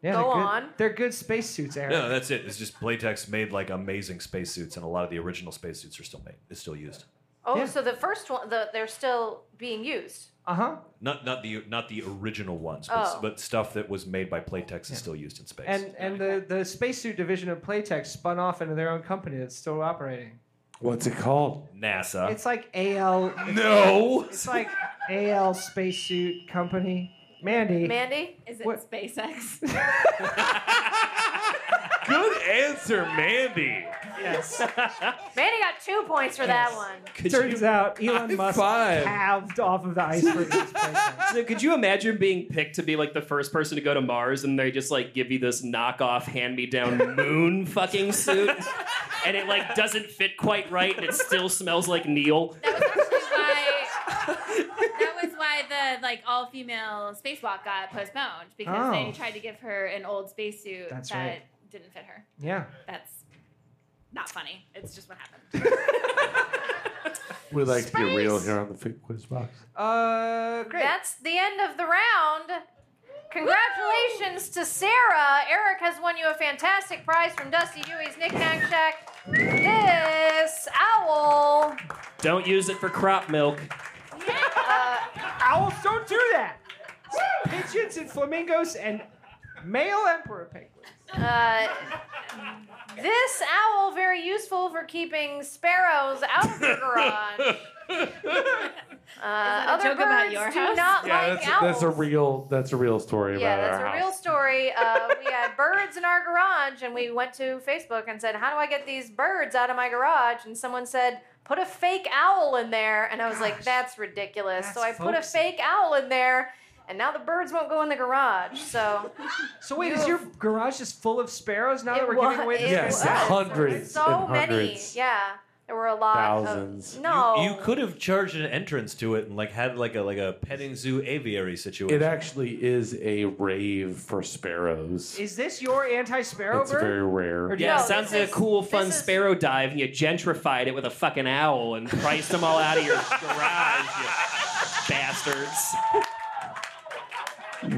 Speaker 1: Yeah,
Speaker 2: Go
Speaker 1: they're good-
Speaker 2: on.
Speaker 1: They're good spacesuits, Aaron.
Speaker 6: No, that's it. It's just latex made like amazing spacesuits, and a lot of the original spacesuits are still made. It's still used.
Speaker 2: Oh,
Speaker 1: Yeah.
Speaker 2: so the first one, the, they're still being used.
Speaker 1: Uh-huh.
Speaker 6: Not not the not the original ones, but,
Speaker 2: Oh.
Speaker 6: but stuff that was made by Playtex is still used in space.
Speaker 1: And and the, the spacesuit division of Playtex spun off into their own company that's still operating.
Speaker 4: What's it called?
Speaker 6: NASA.
Speaker 1: It's like AL
Speaker 4: No.
Speaker 1: it's like AL spacesuit company. Mandy.
Speaker 2: Mandy?
Speaker 5: Is it
Speaker 1: What-
Speaker 5: SpaceX?
Speaker 4: Good answer, Mandy.
Speaker 7: *laughs*
Speaker 1: yes.
Speaker 2: Mandy got two points for that one.
Speaker 3: Could
Speaker 1: Turns
Speaker 3: you,
Speaker 1: out Elon
Speaker 8: High
Speaker 1: Musk
Speaker 8: five.
Speaker 1: halved off of the iceberg. of SpaceX.
Speaker 7: So could you imagine being picked to be like the first person to go to Mars and they just like give you this knockoff hand me down
Speaker 6: *laughs*
Speaker 7: moon fucking suit and it like doesn't fit quite right and it still smells like Neil?
Speaker 5: *laughs* That was actually why. that was why the like all female spacewalk got postponed because
Speaker 1: Oh.
Speaker 5: they tried to give her an old spacesuit
Speaker 1: That's
Speaker 5: that
Speaker 1: right.
Speaker 5: didn't fit her.
Speaker 2: *laughs*
Speaker 1: Yeah.
Speaker 5: That's not funny. It's just what happened.
Speaker 4: We like to get real
Speaker 2: Space.
Speaker 4: here on the Fake Quiz Box.
Speaker 1: Uh great.
Speaker 2: That's the end of the round. Congratulations to Sarah. Eric has won you a fantastic prize from Dusty Dewey's Knickknack Shack. This owl.
Speaker 7: Don't use it for crop milk.
Speaker 2: uh,
Speaker 1: Owls don't do that. Pigeons and flamingos and male emperor penguins.
Speaker 2: Uh, this owl very useful for keeping sparrows out of your garage. Uh,
Speaker 5: a
Speaker 2: other
Speaker 5: joke
Speaker 2: birds
Speaker 5: about your
Speaker 2: do
Speaker 5: house?
Speaker 2: not like
Speaker 4: that's,
Speaker 2: owls.
Speaker 4: that's a real that's a real story
Speaker 2: Yeah,
Speaker 4: about
Speaker 2: that's
Speaker 4: our
Speaker 2: a
Speaker 4: house.
Speaker 2: real story. Uh, we had birds in our garage, and we went to Facebook and said, "How do I get these birds out of my garage?" And someone said, "Put a fake owl in there," and I was like,
Speaker 1: Gosh,
Speaker 2: "That's ridiculous." so I
Speaker 1: that's
Speaker 2: put a
Speaker 1: folksy.
Speaker 2: fake owl in there, and now the birds won't go in the garage. So
Speaker 1: So wait, is your garage just full of sparrows now that
Speaker 2: It
Speaker 1: we're
Speaker 2: wa-
Speaker 1: giving away the
Speaker 2: it
Speaker 4: Yes,
Speaker 2: was.
Speaker 4: hundreds
Speaker 2: so
Speaker 4: and
Speaker 2: many,
Speaker 4: hundreds.
Speaker 2: yeah, there were a lot.
Speaker 4: Thousands.
Speaker 2: Of, no,
Speaker 6: You could have charged an entrance to it and like had like a like a petting zoo aviary situation.
Speaker 4: It actually is a rave for sparrows.
Speaker 1: Is this your anti-sparrow
Speaker 4: it's
Speaker 1: bird?
Speaker 4: very
Speaker 1: Or
Speaker 4: rare.
Speaker 1: do
Speaker 7: Yeah,
Speaker 2: No,
Speaker 7: it sounds
Speaker 2: this
Speaker 7: like
Speaker 2: is-
Speaker 7: a cool, fun
Speaker 2: this is-
Speaker 7: sparrow dive, and you gentrified it with a fucking owl and priced them all out of your garage, you
Speaker 6: *laughs*
Speaker 7: bastards.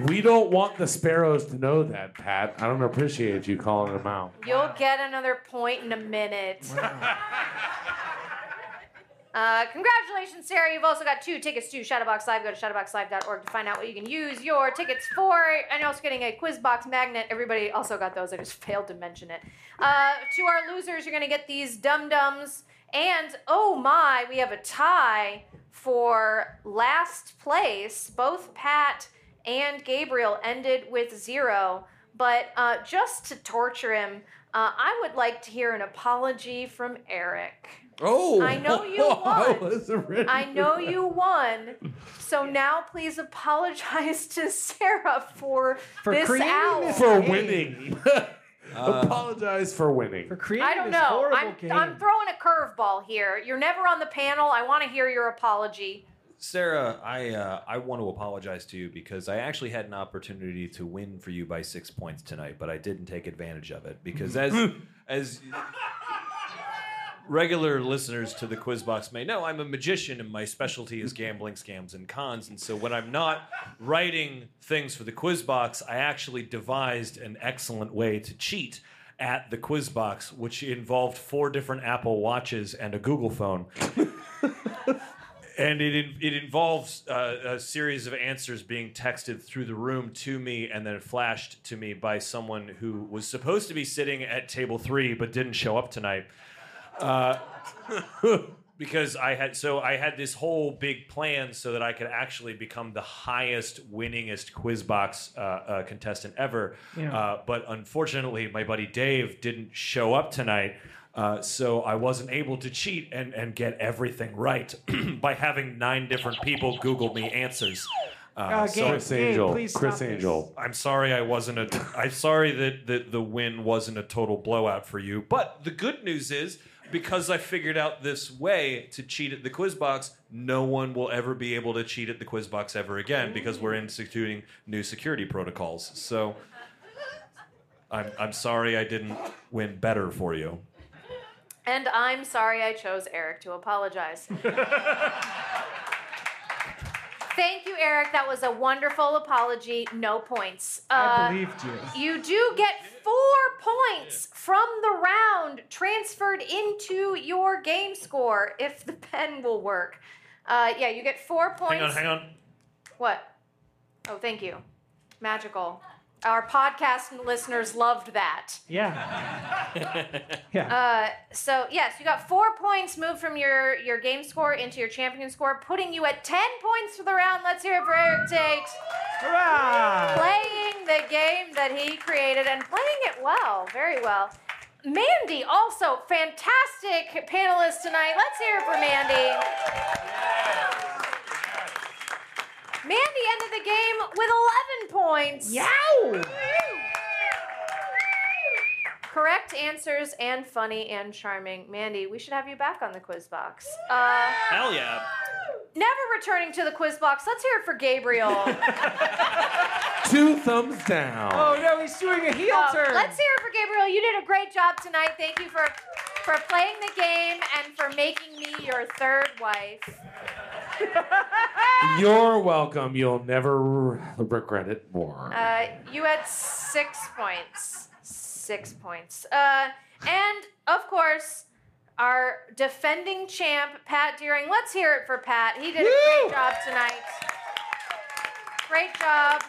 Speaker 4: We don't want the sparrows to know that, Pat. I don't appreciate you calling them out.
Speaker 2: You'll get another point in a minute. Uh, congratulations, Sarah. You've also got two tickets to Shadowbox Live. Go to shadowboxlive.org to find out what you can use your tickets for. And you're also getting a quiz box magnet. Everybody also got those. I just *laughs* failed to mention it. Uh, to our losers, you're going to get these dum dums. And oh my, we have a tie for last place. Both Pat and Gabriel ended with zero. But uh, just to torture him, uh, I would like to hear an apology from Eric.
Speaker 8: Oh,
Speaker 2: I know you
Speaker 4: *laughs* I
Speaker 6: *laughs*
Speaker 2: won.
Speaker 4: wasn't ready
Speaker 2: I
Speaker 4: for
Speaker 2: know
Speaker 4: that.
Speaker 2: you won. So now please apologize to Sarah for,
Speaker 1: For
Speaker 2: this
Speaker 1: creating
Speaker 2: owl.
Speaker 1: this-
Speaker 4: *laughs* for
Speaker 1: Hey.
Speaker 4: winning. *laughs*
Speaker 1: Uh.
Speaker 4: Apologize for winning.
Speaker 1: For creating
Speaker 2: I don't
Speaker 1: this
Speaker 2: know.
Speaker 1: horrible
Speaker 2: I'm,
Speaker 1: game.
Speaker 2: I'm throwing a curveball here. You're never on the panel. I want to hear your apology.
Speaker 6: Sarah, I uh, I want to apologize to you because I actually had an opportunity to win for you by six points tonight, but I didn't take advantage of it because as as regular listeners to the quiz box may know, I'm a magician and my specialty is gambling scams and cons. And so when I'm not writing things for the quiz box, I actually devised an excellent way to cheat at the quiz box, which involved four different Apple watches and a Google phone and it it involves uh, a series of answers being texted through the room to me and then flashed to me by someone who was supposed to be sitting at table three but didn't show up tonight. Uh, *laughs* because I had so I had this whole big plan so that I could actually become the highest winningest quiz box uh, uh, contestant ever.
Speaker 1: Yeah.
Speaker 6: Uh, but unfortunately, my buddy Dave didn't show up tonight. Uh, so I wasn't able to cheat and, and get everything right *clears throat* by having nine different people Google me answers. Uh,
Speaker 1: Uh,
Speaker 6: so
Speaker 1: Gabe,
Speaker 4: Chris Angel.
Speaker 1: please stop
Speaker 4: Chris
Speaker 1: this.
Speaker 4: Angel.
Speaker 6: I'm sorry I wasn't a I'm sorry that, that the win wasn't a total blowout for you. But the good news is because I figured out this way to cheat at the quiz box, no one will ever be able to cheat at the quiz box ever again because we're instituting new security protocols. So I'm, I'm sorry I didn't win better for you.
Speaker 2: And I'm sorry I chose Eric
Speaker 1: *laughs*
Speaker 2: to apologize. Thank you, Eric. That was a wonderful apology. No points.
Speaker 1: I
Speaker 2: Uh,
Speaker 1: believed you.
Speaker 2: You do get four points from the round transferred into your game score if the *laughs* pen will work. Uh, yeah, you get four points.
Speaker 6: Hang on, hang on.
Speaker 2: What? Oh, thank you. Magical. Our podcast listeners loved that.
Speaker 1: Yeah.
Speaker 2: Uh, so yes, you got four points moved from your your game score into your champion score, putting you at ten points for the round. Let's hear it for Eric Tate
Speaker 1: Hurrah!
Speaker 2: playing the game that he created and playing it well, very well. Mandy, also fantastic panelist tonight. Let's hear it for Mandy. Mandy ended the game with 11 points.
Speaker 1: Yow!
Speaker 2: Correct answers and funny and charming. Mandy, we should have you back on the quiz box. Uh,
Speaker 7: *laughs* Hell yeah.
Speaker 2: never returning to the quiz box. Let's hear it for Gabriel.
Speaker 4: Two thumbs down.
Speaker 1: Oh no, he's doing a heel
Speaker 2: Um,
Speaker 1: turn.
Speaker 2: Let's hear it for Gabriel. You did a great job tonight. Thank you for for playing the game and for making me your third wife.
Speaker 4: You're welcome. You'll never regret it more.
Speaker 2: Uh, you had six points. Six points. Uh, and of course, our defending champ, Pat Deering. Let's hear it for Pat. He did a
Speaker 1: Woo!
Speaker 2: great job tonight. Great job.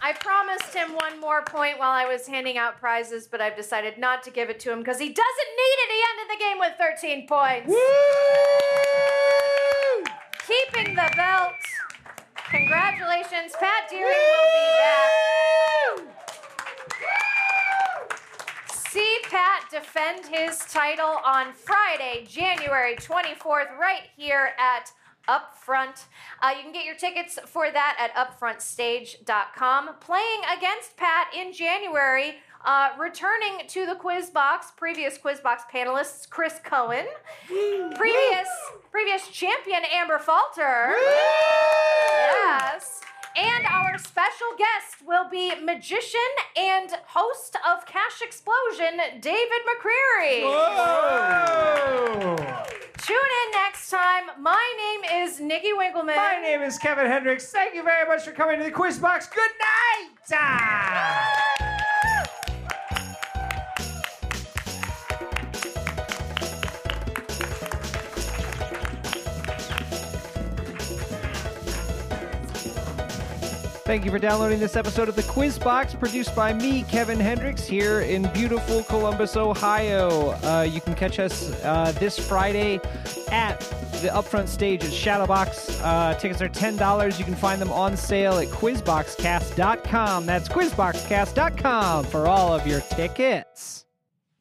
Speaker 2: I promised him one more point while I was handing out prizes, but I've decided not to give it to him because he doesn't need it. He ended the game with 13 points. Keeping the belt. Congratulations, Pat Deering will be back. See Pat defend his title on Friday, January 24th, right here at Upfront. Uh, you can get your tickets for that at upfrontstage.com. Playing against Pat in January, uh, returning to the quiz box, previous quiz box panelists Chris Cohen, previous previous champion Amber Falter. Yes. And our special guest will be magician and host of Cash Explosion, David McCreary.
Speaker 1: Whoa!
Speaker 2: Tune in next time. My name is Nikki Winkleman.
Speaker 1: My name is Kevin Hendricks. Thank you very much for coming to the quiz box. Good night. Ah! Thank you for downloading this episode of The Quiz Box, produced by me, Kevin Hendricks, here in beautiful Columbus, Ohio. Uh, you can catch us uh, this Friday at the upfront stage at Shadowbox. Uh, tickets are $10. You can find them on sale at quizboxcast.com. That's quizboxcast.com for all of your tickets.